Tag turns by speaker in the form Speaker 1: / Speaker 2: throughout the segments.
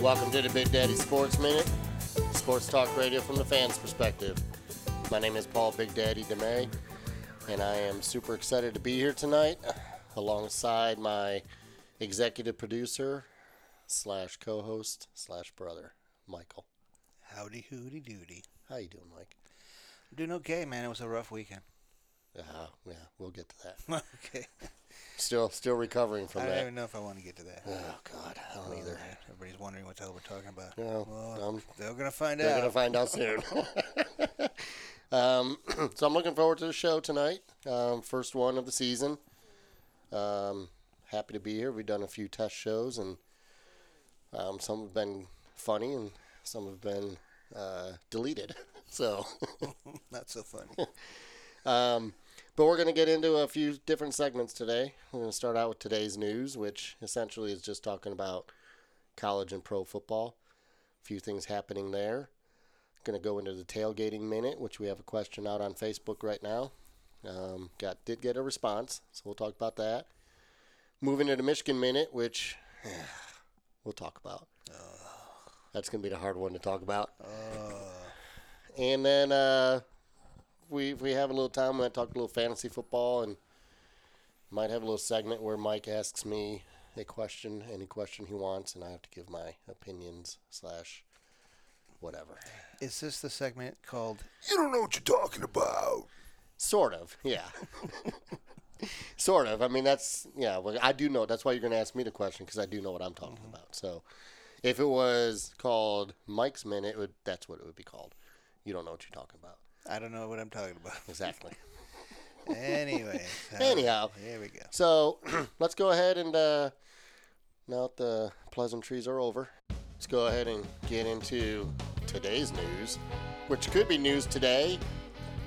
Speaker 1: Welcome to the Big Daddy Sports Minute, sports talk radio from the fans' perspective. My name is Paul Big Daddy DeMay, and I am super excited to be here tonight alongside my executive producer slash co-host slash brother, Michael.
Speaker 2: Howdy, hooty, doody.
Speaker 1: How you doing, Mike?
Speaker 2: I'm doing okay, man. It was a rough weekend.
Speaker 1: Uh, yeah, we'll get to that.
Speaker 2: okay.
Speaker 1: Still, still recovering from
Speaker 2: I don't
Speaker 1: that.
Speaker 2: even know if I want to get to that. Uh,
Speaker 1: Oh God, I don't either.
Speaker 2: Everybody's wondering what the hell we're talking about.
Speaker 1: No,
Speaker 2: Well,
Speaker 1: I'm-
Speaker 2: they're going to find
Speaker 1: They're
Speaker 2: out.
Speaker 1: gonna find out soon. um, so I'm looking forward to the show tonight. Um, first one of the season. Um, happy to be here. We've done a few test shows, and um, some have been funny, and some have been uh, deleted. So.
Speaker 2: Not so funny.
Speaker 1: Um, but we're going to get into a few different segments today. We're going to start out with today's news, which essentially is just talking about college and pro football. A few things happening there. Going to go into the tailgating minute, which we have a question out on Facebook right now. Um, got did get a response, so we'll talk about that. Moving into the Michigan minute, which we'll talk about. That's going to be the hard one to talk about. And then uh, we if we have a little time, we're gonna talk a little fantasy football and might have a little segment where Mike asks me a question, any question he wants, and I have to give my opinions slash whatever.
Speaker 2: Is this the segment called
Speaker 3: You don't know what you're talking about.
Speaker 1: Sort of, yeah. sort of. I mean, that's yeah. Well, I do know. That's why you're gonna ask me the question because I do know what I'm talking about. So, if it was called Mike's Minute, it would, that's what it would be called. You don't know what you're talking about.
Speaker 2: I don't know what I'm talking about?
Speaker 1: Exactly.
Speaker 2: anyway. so,
Speaker 1: Anyhow.
Speaker 2: Here we go.
Speaker 1: So let's go ahead and uh, now that the pleasantries are over, let's go ahead and get into today's news, which could be news today,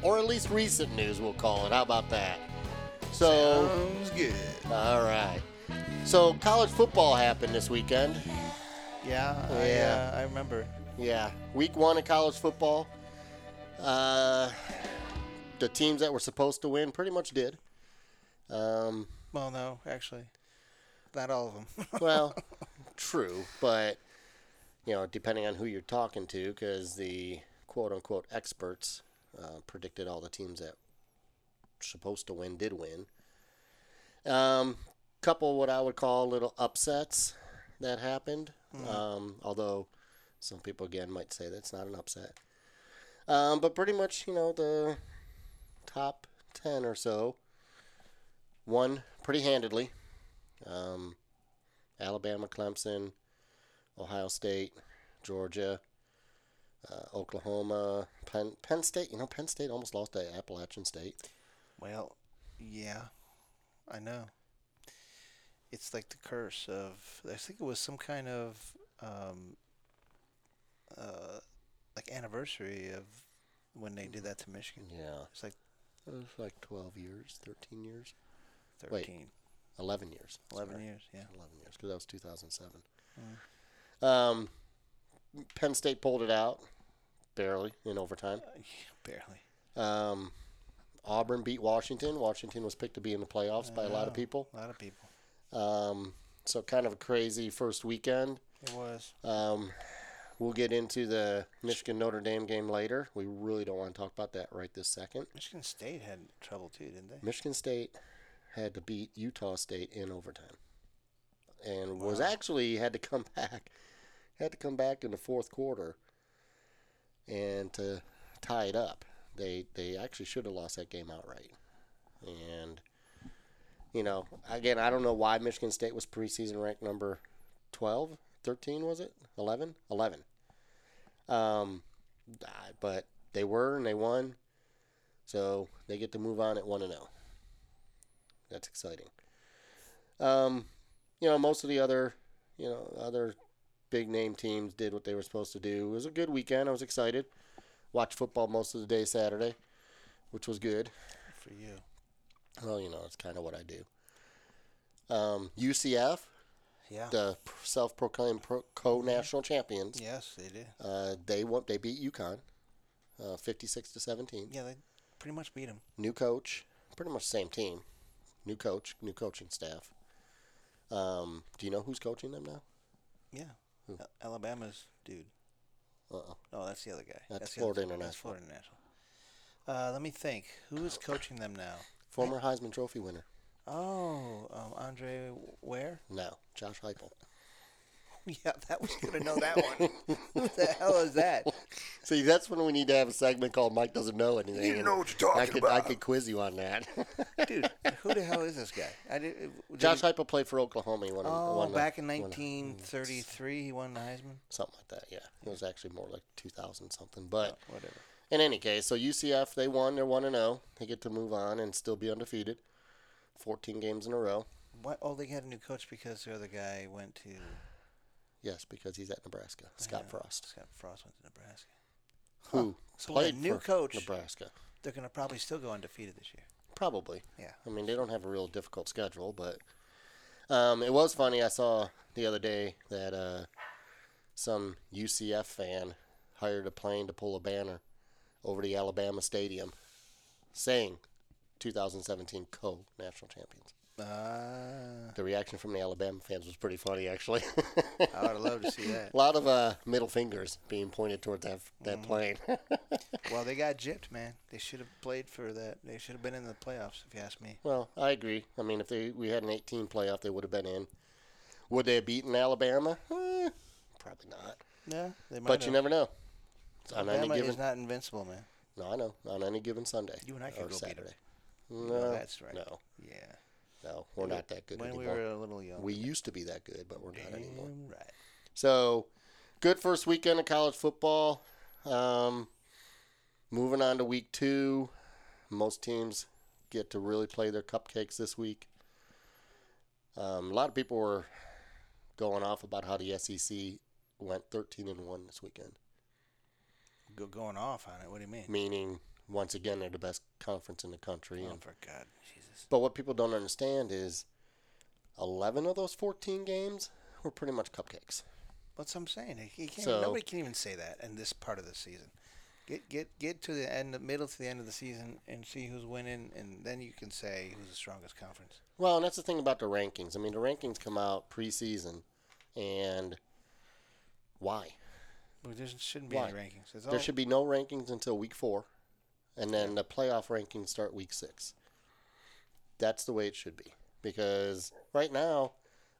Speaker 1: or at least recent news, we'll call it. How about that? So,
Speaker 2: Sounds good.
Speaker 1: all right. So, college football happened this weekend.
Speaker 2: Yeah,
Speaker 1: Yeah.
Speaker 2: I, uh, I remember.
Speaker 1: Yeah, week one of college football. Uh, the teams that were supposed to win pretty much did. Um,
Speaker 2: Well, no, actually. Not all of them.
Speaker 1: Well, true, but you know, depending on who you're talking to, because the quote-unquote experts uh, predicted all the teams that were supposed to win did win. Um, couple what I would call little upsets that happened. Um, although some people again might say that's not an upset. Um, but pretty much, you know, the top ten or so won pretty handedly. Um, Alabama, Clemson, Ohio State, Georgia, uh, Oklahoma, Penn, Penn State. You know, Penn State almost lost to Appalachian State.
Speaker 2: well, yeah. I know. It's like the curse of. I think it was some kind of. Um, uh, like anniversary of when they did that to Michigan.
Speaker 1: Yeah,
Speaker 2: It's like
Speaker 1: it was like 12 years, 13 years,
Speaker 2: 13,
Speaker 1: Wait, 11 years.
Speaker 2: 11
Speaker 1: sorry.
Speaker 2: years. Yeah.
Speaker 1: 11 years because that was 2007. Um, Penn State pulled it out barely in overtime.
Speaker 2: Barely.
Speaker 1: Um, Auburn beat Washington. Washington was picked to be in the playoffs by a lot of people.
Speaker 2: A lot of people.
Speaker 1: Um, so kind of a crazy first weekend.
Speaker 2: It was.
Speaker 1: Um, we'll get into the Michigan Notre Dame game later. We really don't want to talk about that right this second.
Speaker 2: Michigan State had trouble too, didn't they?
Speaker 1: Michigan State had to beat Utah State in overtime, and was actually had to come back, had to come back in the fourth quarter, and to tie it up. They they actually should have lost that game outright, and you know again I don't know why Michigan State was preseason ranked number 12, 13 was it 11 11, um, I- but they were and they won. So they get to move on at 1 and oh. 0. That's exciting. Um, you know, most of the other, you know, other big name teams did what they were supposed to do. It was a good weekend. I was excited. Watched football most of the day Saturday, which was good.
Speaker 2: For you.
Speaker 1: Well, you know, it's kind of what I do. Um, UCF,
Speaker 2: Yeah.
Speaker 1: the self-proclaimed pro- co-national champions,
Speaker 2: Yes, they did.
Speaker 1: uh, they won. They beat UConn, uh, 56 to 17.
Speaker 2: Yeah, they pretty much beat them.
Speaker 1: new coach, pretty much same team, new coach, new coaching staff. Um, do you know who's coaching them now?
Speaker 2: Yeah.
Speaker 1: Who?
Speaker 2: Al- Alabama's dude.
Speaker 1: Uh-uh.
Speaker 2: No, Oh, that's the other guy.
Speaker 1: That's
Speaker 2: the other-
Speaker 1: Florida
Speaker 2: That's
Speaker 1: International.
Speaker 2: Florida International. Uh, let me think. Who is coaching them now?
Speaker 1: Former Heisman Trophy winner.
Speaker 2: Oh, um, Andre Ware.
Speaker 1: No, Josh Heupel.
Speaker 2: yeah, that was gonna know that one. Who the hell is that?
Speaker 1: See, that's when we need to have a segment called "Mike Doesn't Know Anything."
Speaker 3: You
Speaker 1: and
Speaker 3: know what you're
Speaker 1: I
Speaker 3: talking
Speaker 1: could I
Speaker 3: about.
Speaker 1: could quiz you on that.
Speaker 2: Dude, who the hell is this guy? I did. uh, did
Speaker 1: Josh
Speaker 2: he-
Speaker 1: Heupel played for Oklahoma. He won,
Speaker 2: oh,
Speaker 1: won the-
Speaker 2: back in
Speaker 1: won the-
Speaker 2: 1933, he won the Heisman.
Speaker 1: something like that. Yeah, it was actually more like 2000 something. But
Speaker 2: Whatever.
Speaker 1: in any case, so UCF they won. They're one and zero. They get to move on and still be undefeated. 14 games in a row.
Speaker 2: What? Oh, they had a new coach because the other guy went to
Speaker 1: Yes, because he's at Nebraska. Scott Frost,
Speaker 2: Scott Frost went to Nebraska.
Speaker 1: who
Speaker 2: So with a
Speaker 1: played
Speaker 2: new
Speaker 1: for
Speaker 2: coach.
Speaker 1: Nebraska.
Speaker 2: They're gonna probably still go undefeated this year.
Speaker 1: Probably.
Speaker 2: Yeah.
Speaker 1: I mean, they don't have a real difficult schedule, but um, it was funny. I saw the other day that uh, some UCF fan hired a plane to pull a banner over the Alabama Stadium saying 2017 co national champions.
Speaker 2: Uh,
Speaker 1: The reaction from the Alabama fans was pretty funny, actually.
Speaker 2: I would love to see that.
Speaker 1: a lot of uh, middle fingers being pointed towards that,
Speaker 2: Mm.
Speaker 1: that plane.
Speaker 2: Well, they got gypped, man. They should have played for that. They should have been in the playoffs, if you ask me.
Speaker 1: Well, I agree. I mean, if they we had an 18 playoff, they would have been in. Would they have beaten Alabama? Eh, probably not.
Speaker 2: Yeah, they might.
Speaker 1: But you
Speaker 2: have.
Speaker 1: never know. It's on any
Speaker 2: Alabama
Speaker 1: given.
Speaker 2: is not invincible, man.
Speaker 1: no, I know. On any given Sunday.
Speaker 2: You and I could
Speaker 1: or
Speaker 2: go beat 'em.
Speaker 1: Saturday.
Speaker 2: No,
Speaker 1: No,
Speaker 2: that's right.
Speaker 1: No,
Speaker 2: Yeah.
Speaker 1: no, we're not that good
Speaker 2: When we
Speaker 1: anymore.
Speaker 2: were uh, a little young.
Speaker 1: we used to be that good, but we're not anymore.
Speaker 2: Damn right.
Speaker 1: So, good first weekend of college football. Um, moving on to week two, most teams get to really play their cupcakes this week. Um, a lot of people were going off about how the SEC went 13 and one this weekend,
Speaker 2: Go going off on it. What do you mean?
Speaker 1: Mm, meaning once again they're the best conference in the country.
Speaker 2: Oh,
Speaker 1: And,
Speaker 2: for God, Jesus.
Speaker 1: but what people don't understand is 11 of those 14 games were pretty much cupcakes.
Speaker 2: That's what I'm saying. He- he can't-
Speaker 1: So-
Speaker 2: nobody can even say that in this part of the season. Get get get to the end, the middle to the end of the season, and see who's winning, and then you can say who's the strongest conference.
Speaker 1: Well, and that's the thing about the rankings. I mean, the rankings come out preseason, and why?
Speaker 2: Well, there shouldn't be any
Speaker 1: Why?
Speaker 2: rankings. It's all,
Speaker 1: There should be no rankings until week four, and then the playoff rankings start week six. That's the way it should be because right now,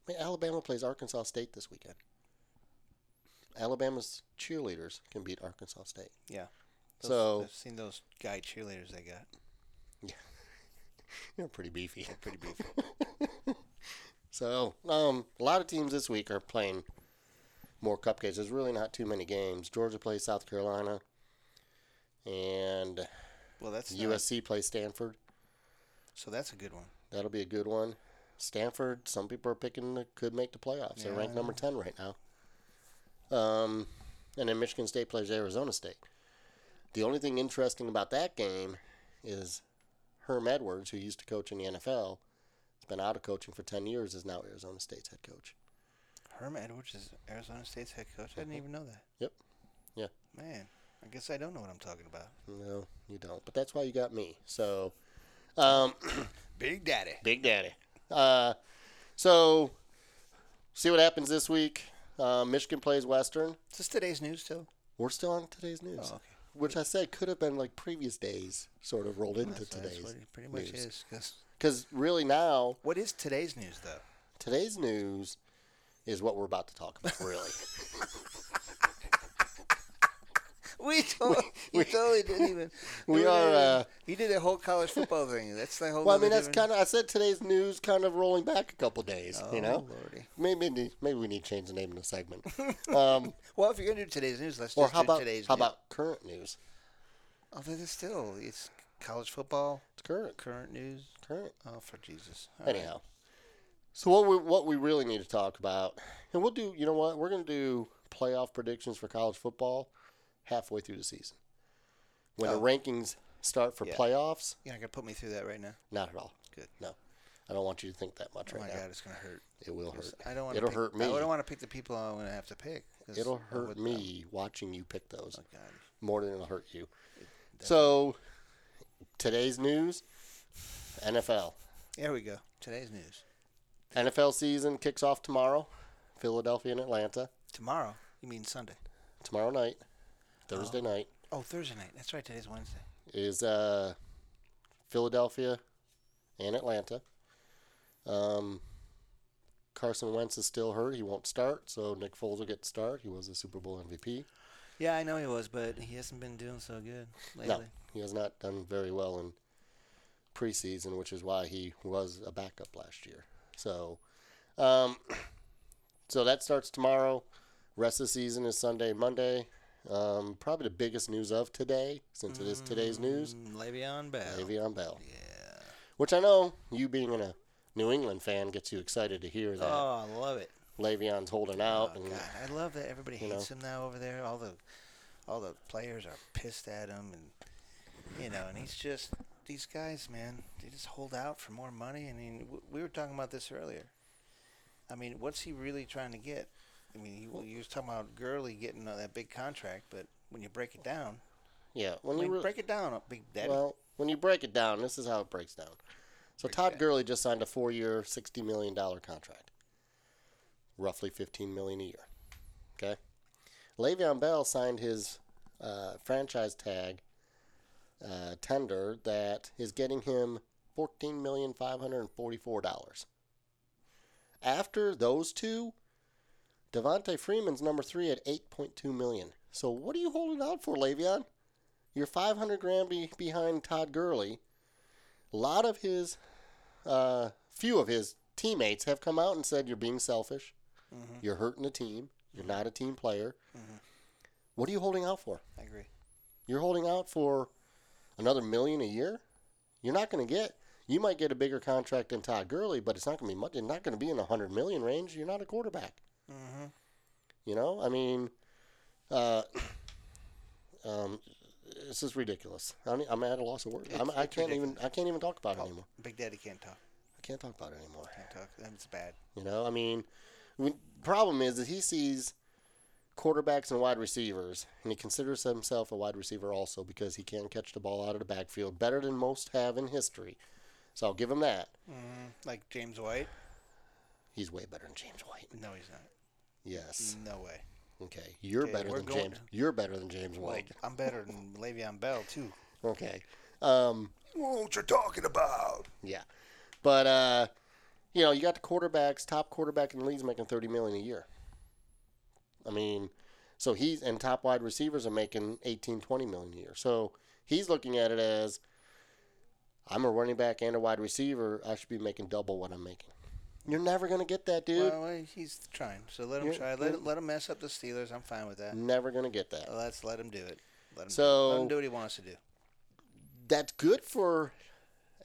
Speaker 1: I mean, Alabama plays Arkansas State this weekend. Alabama's cheerleaders can beat Arkansas State.
Speaker 2: yeah. Those-
Speaker 1: So-
Speaker 2: I've seen those guy cheerleaders they got.
Speaker 1: They're pretty beefy.
Speaker 2: Pretty beefy.
Speaker 1: So, um, a lot of teams this week are playing more cupcakes. There's really not too many games. Georgia plays South Carolina, and
Speaker 2: Well, that's not-
Speaker 1: USC plays Stanford.
Speaker 2: So that's a good one.
Speaker 1: That'll be a good one. Stanford, some people are picking that could make the playoffs. They're
Speaker 2: Yeah,
Speaker 1: ranked
Speaker 2: I
Speaker 1: number ten right now. Um, and then Michigan State plays Arizona State. The only thing interesting about that game is Herm Edwards, who used to coach in the NFL, has been out of coaching for ten years, is now Arizona State's head coach.
Speaker 2: Herm Edwards is Arizona State's head coach. I didn't even know that.
Speaker 1: Yep. Yeah.
Speaker 2: Man, I guess I don't know what I'm talking about.
Speaker 1: No, you don't. But that's why you got me. So, um,
Speaker 2: Big Daddy.
Speaker 1: Big Daddy. Uh, so, see what happens this week. Uh, Michigan plays Western.
Speaker 2: Is this today's news still?
Speaker 1: We're still on today's news,
Speaker 2: Oh, okay.
Speaker 1: which I said could have been like previous days, sort of rolled into
Speaker 2: That's- that's
Speaker 1: today's.
Speaker 2: what it pretty much
Speaker 1: news.
Speaker 2: is. 'cause-
Speaker 1: Because really now,
Speaker 2: what is today's news though?
Speaker 1: today's news is what we're about to talk about. Really,
Speaker 2: We totally, we, totally didn't even.
Speaker 1: we are, uh,
Speaker 2: you did the whole college football thing. That's the whole.
Speaker 1: well, I mean that's kind of I said today's news, kind of rolling back a couple days. you know,
Speaker 2: Oh, Lordy.
Speaker 1: maybe maybe we need to change the name of the segment. Um,
Speaker 2: Well, if you're gonna do today's news, let's
Speaker 1: or
Speaker 2: just
Speaker 1: how
Speaker 2: do
Speaker 1: about
Speaker 2: today's.
Speaker 1: how
Speaker 2: news.
Speaker 1: about current news?
Speaker 2: Although there's still it's college football,
Speaker 1: It's current,
Speaker 2: current news.
Speaker 1: current.
Speaker 2: Oh, for Jesus. All right.
Speaker 1: Anyhow, so what we what we really need to talk about, and we'll do. You know what? We're going to do playoff predictions for college football halfway through the season when
Speaker 2: Oh.
Speaker 1: the rankings start for
Speaker 2: Yeah.
Speaker 1: playoffs.
Speaker 2: You're not gonna put me through that right now.
Speaker 1: Not at all.
Speaker 2: Good.
Speaker 1: No, I don't want you to think that much
Speaker 2: Oh
Speaker 1: right
Speaker 2: my
Speaker 1: now.
Speaker 2: God, it's gonna hurt.
Speaker 1: It will hurt.
Speaker 2: I don't want.
Speaker 1: It'll
Speaker 2: pick,
Speaker 1: hurt
Speaker 2: I
Speaker 1: me.
Speaker 2: don't want to pick the people I'm gonna have to pick. 'cause
Speaker 1: It'll
Speaker 2: I
Speaker 1: hurt
Speaker 2: would-
Speaker 1: me watching you pick those
Speaker 2: Oh God.
Speaker 1: more than it'll hurt you. So today's news, NFL.
Speaker 2: There we go. Today's news.
Speaker 1: NFL season kicks off tomorrow. Philadelphia and Atlanta.
Speaker 2: Tomorrow? You mean Sunday?
Speaker 1: Tomorrow night, Thursday night
Speaker 2: Oh, Thursday night. That's right. Today's Wednesday.
Speaker 1: is uh, Philadelphia and Atlanta. Um, Carson Wentz is still hurt. He won't start, so Nick Foles will get to start. He was the Super Bowl MVP.
Speaker 2: Yeah, I know he was, but he hasn't been doing so good lately.
Speaker 1: No, he has not done very well in preseason, which is why he was a backup last year. So, um, so that starts tomorrow. Rest of the season is Sunday, Monday. Um, probably the biggest news of today, since it is today's news,
Speaker 2: Mm, Le'Veon Bell.
Speaker 1: Le'Veon Bell,
Speaker 2: Yeah.
Speaker 1: which I know you being a New England fan gets you excited to hear that
Speaker 2: Oh, I love it.
Speaker 1: Le'Veon's holding
Speaker 2: Oh,
Speaker 1: out, and
Speaker 2: God, I love that everybody
Speaker 1: you know.
Speaker 2: hates him now over there. All the, all the players are pissed at him, and you know, and he's just these guys, man. They just hold out for more money. I mean, w- we were talking about this earlier. I mean, what's he really trying to get? I mean, you, you was talking about Gurley getting uh, that big contract, but when you break it down,
Speaker 1: yeah, when
Speaker 2: I mean,
Speaker 1: you re-
Speaker 2: break it down, uh, Big Daddy.
Speaker 1: Well, when you break it down, this is how it breaks down. So Todd Gurley just signed a four-year, sixty million dollar contract, roughly fifteen million a year. Okay, Le'Veon Bell signed his uh, franchise tag uh, tender that is getting him fourteen million five hundred forty-four dollars. After those two, Devontae Freeman's number three at eight point two million. So what are you holding out for, Le'Veon? You're 500 grand be, behind Todd Gurley. A lot of his, uh, few of his teammates have come out and said you're being selfish. You're hurting the team. You're not a team player. What are you holding out for?
Speaker 2: I agree.
Speaker 1: You're holding out for another million a year. You're not going to get. You might get a bigger contract than Todd Gurley, but it's not going to be much. It's not going to be in the hundred million range. You're not a quarterback.
Speaker 2: Mhm.
Speaker 1: You know, I mean, uh, um, this is ridiculous. I'm, I'm at a loss of words. I'm,
Speaker 2: It's-
Speaker 1: I
Speaker 2: it's
Speaker 1: can't even. I can't even talk about it anymore.
Speaker 2: Big Daddy can't talk.
Speaker 1: I can't talk about it anymore.
Speaker 2: Can't talk. That's bad.
Speaker 1: You know, I mean, when, problem is that he sees quarterbacks and wide receivers, and he considers himself a wide receiver also because he can catch the ball out of the backfield better than most have in history. So I'll give him that.
Speaker 2: Mhm. Like James White?
Speaker 1: He's way better than James White.
Speaker 2: No, he's not.
Speaker 1: Yes.
Speaker 2: No way.
Speaker 1: Okay. You're
Speaker 2: Mm. Okay,
Speaker 1: better
Speaker 2: we're
Speaker 1: than
Speaker 2: going
Speaker 1: James.
Speaker 2: to-
Speaker 1: You're better than James
Speaker 2: Well,
Speaker 1: White.
Speaker 2: I'm better than Le'Veon Bell too.
Speaker 1: Okay. Um,
Speaker 3: What you talking about?
Speaker 1: Yeah, but uh, you know, you got the quarterbacks, top quarterback in the league's making thirty million a year. I mean, so he's and top wide receivers are making 18, 20 million a year. So he's looking at it as I'm a running back and a wide receiver. I should be making double what I'm making. You're never gonna get that, dude.
Speaker 2: Well, uh, he's trying, so let him
Speaker 1: You're-
Speaker 2: try. Let
Speaker 1: you're-
Speaker 2: let him mess up the Steelers. I'm fine with that.
Speaker 1: never gonna get that.
Speaker 2: Let's let him do it. Let him do it. let
Speaker 1: So-
Speaker 2: him do what he wants to do.
Speaker 1: That's good for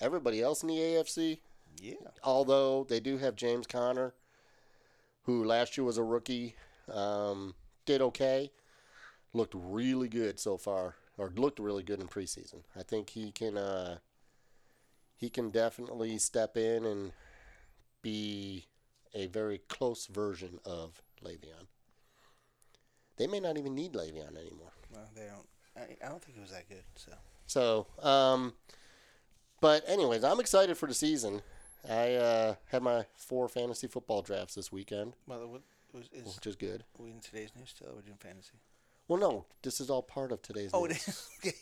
Speaker 1: everybody else in the AFC.
Speaker 2: Yeah.
Speaker 1: although they do have James Conner, who last year was a rookie, um, did okay, looked really good so far, or looked really good in preseason. I think he can uh, he can definitely step in and be a very close version of Le'Veon. They may not even need Le'Veon anymore.
Speaker 2: Well, they don't. I, I don't think he was that good. So
Speaker 1: So, um, but anyways, I'm excited for the season. I uh, had my four fantasy football drafts this weekend,
Speaker 2: well, what was is
Speaker 1: which is good.
Speaker 2: we in today's news still? Or we doing fantasy?
Speaker 1: Well, no, this is all part of today's
Speaker 2: Oh, it
Speaker 1: news.
Speaker 2: is. okay.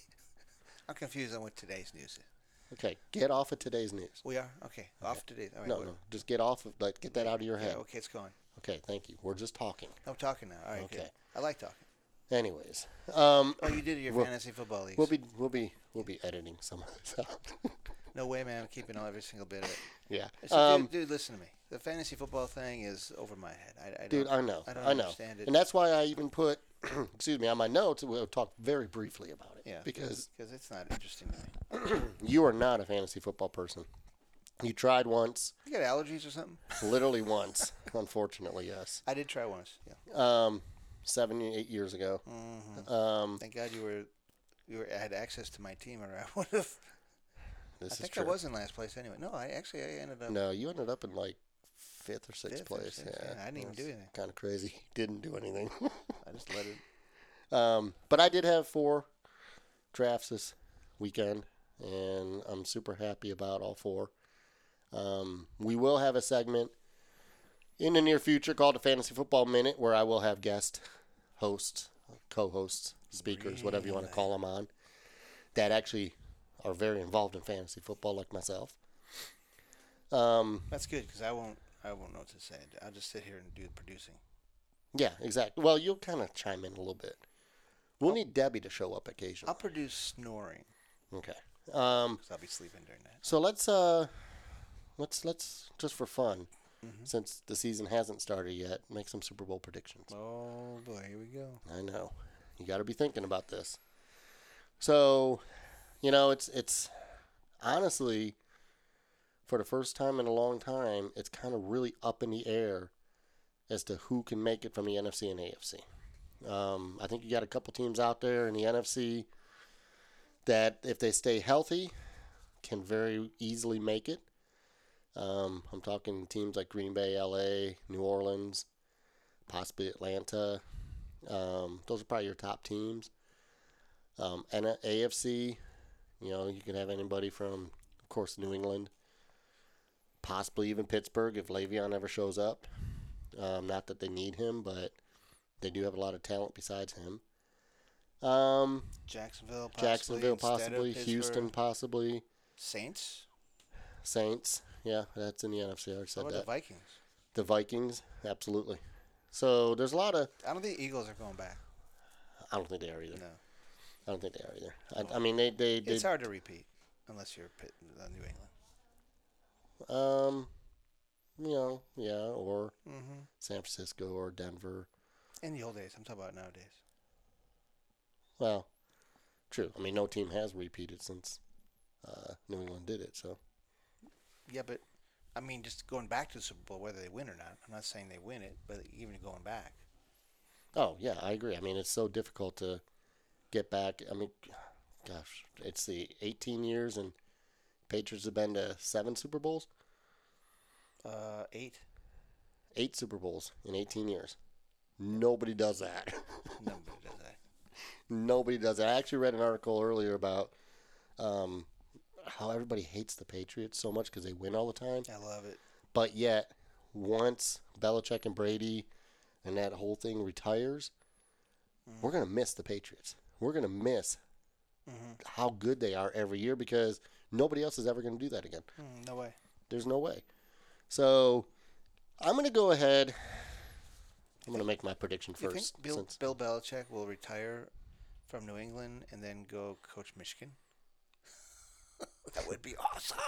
Speaker 2: I'm confused on what today's news is.
Speaker 1: Okay, get off of today's news.
Speaker 2: We are okay. Off today. All right.
Speaker 1: No,
Speaker 2: we're-
Speaker 1: no, just get off of like get that out of your
Speaker 2: yeah,
Speaker 1: head.
Speaker 2: okay, it's gone.
Speaker 1: Okay, thank you. We're just talking.
Speaker 2: I'm talking now. All right. Okay.
Speaker 1: Okay.
Speaker 2: I like talking.
Speaker 1: Anyways, um,
Speaker 2: Oh, you did your
Speaker 1: We'll-
Speaker 2: fantasy football leagues.
Speaker 1: we'll be we'll be we'll be editing some of this out.
Speaker 2: no way, man. I'm keeping all every single bit of it.
Speaker 1: yeah.
Speaker 2: So,
Speaker 1: Um,
Speaker 2: dude, dude, listen to me. The fantasy football thing is over my head. I, I don't,
Speaker 1: Dude, I know.
Speaker 2: I
Speaker 1: I,
Speaker 2: don't
Speaker 1: know.
Speaker 2: understand it.
Speaker 1: And that's why I even put, excuse me, on my notes, we'll talk very briefly about it.
Speaker 2: yeah,
Speaker 1: Because
Speaker 2: because it's not interesting to me.
Speaker 1: you are not a fantasy football person. You tried once,
Speaker 2: You got allergies or something?
Speaker 1: literally once, unfortunately, yes.
Speaker 2: I did try once. Yeah.
Speaker 1: Um, seven, eight years ago.
Speaker 2: Mm-hmm.
Speaker 1: Um,
Speaker 2: Thank God you were you were, had access to my team, or I would have.
Speaker 1: this
Speaker 2: I
Speaker 1: is
Speaker 2: think
Speaker 1: true.
Speaker 2: I was in last place anyway. No, I actually I ended up.
Speaker 1: No, you ended up in like fifth or sixth
Speaker 2: Fifth or
Speaker 1: place.
Speaker 2: sixth,
Speaker 1: yeah.
Speaker 2: yeah, I didn't even do anything.
Speaker 1: Kind of crazy. Didn't do anything.
Speaker 2: I just let it.
Speaker 1: um, but I did have four drafts this weekend, and I'm super happy about all four. Um, we will have a segment in the near future called a Fantasy Football Minute, where I will have guest hosts, co-hosts, speakers, whatever you want to call them on, that actually are very involved in fantasy football, like myself. Um,
Speaker 2: That's good because I won't. I won't know what to say. I'll just sit here and do the producing.
Speaker 1: yeah, exactly. Well, you'll kind of chime in a little bit. We'll need Debbie to show up
Speaker 2: I'll
Speaker 1: occasionally.
Speaker 2: produce snoring
Speaker 1: Okay. Um,
Speaker 2: because I'll be sleeping during that.
Speaker 1: So let's uh, let's let's just for fun, since the season hasn't started yet, make some Super Bowl predictions.
Speaker 2: Oh boy, here we go.
Speaker 1: I know, you got to be thinking about this. So, you know, it's it's honestly, for the first time in a long time, it's kind of really up in the air as to who can make it from the NFC and AFC. Um, I think you got a couple teams out there in the NFC that, if they stay healthy, can very easily make it. Um, I'm talking teams like Green Bay, LA, New Orleans, possibly Atlanta. Um, those are probably your top teams. Um, and uh, AFC, you know, you can have anybody from, of course, New England, possibly even Pittsburgh if Le'Veon ever shows up. Um, not that they need him, but they do have a lot of talent besides him. Um,
Speaker 2: Jacksonville, possibly,
Speaker 1: Jacksonville,
Speaker 2: instead of
Speaker 1: possibly Houston,
Speaker 2: Pittsburgh.
Speaker 1: possibly
Speaker 2: Saints.
Speaker 1: Saints. Yeah, that's in the NFC. I already
Speaker 2: How
Speaker 1: said
Speaker 2: about the
Speaker 1: that.
Speaker 2: Vikings?
Speaker 1: The Vikings, absolutely. So there's a lot of.
Speaker 2: I don't think the Eagles are going back.
Speaker 1: I don't think they are either.
Speaker 2: No,
Speaker 1: I don't think they are either. I, I mean, they they they.
Speaker 2: it's hard to repeat unless you're Pitt, uh, New England.
Speaker 1: Um, you know, yeah, or
Speaker 2: Mm-hmm.
Speaker 1: San Francisco or Denver.
Speaker 2: In the old days, I'm talking about nowadays.
Speaker 1: Well, true. I mean, no team has repeated since uh, New England did it. So
Speaker 2: Yeah, but I mean, just going back to the Super Bowl, whether they win or not. I'm not saying they win it, but even going back.
Speaker 1: Oh yeah, I agree. I mean, it's so difficult to get back. I mean, gosh, it's the 18 years and Patriots have been to seven Super Bowls,
Speaker 2: Uh, eight.
Speaker 1: eight Super Bowls in 18 years. Nobody does that.
Speaker 2: Nobody does that.
Speaker 1: Nobody does that. I actually read an article earlier about um, how everybody hates the Patriots so much because they win all the time.
Speaker 2: I love it.
Speaker 1: But yet, once Belichick and Brady and that whole thing retires,
Speaker 2: Mm-hmm.
Speaker 1: we're going to miss the Patriots. We're going to miss
Speaker 2: Mm-hmm.
Speaker 1: how good they are every year because nobody else is ever going to do that again.
Speaker 2: Mm, no way.
Speaker 1: There's no way. So I'm going to go ahead. I'm going to make my prediction
Speaker 2: You
Speaker 1: first.
Speaker 2: think Bill,
Speaker 1: since-
Speaker 2: Bill Belichick will retire from New England and then go coach Michigan?
Speaker 3: That would be awesome.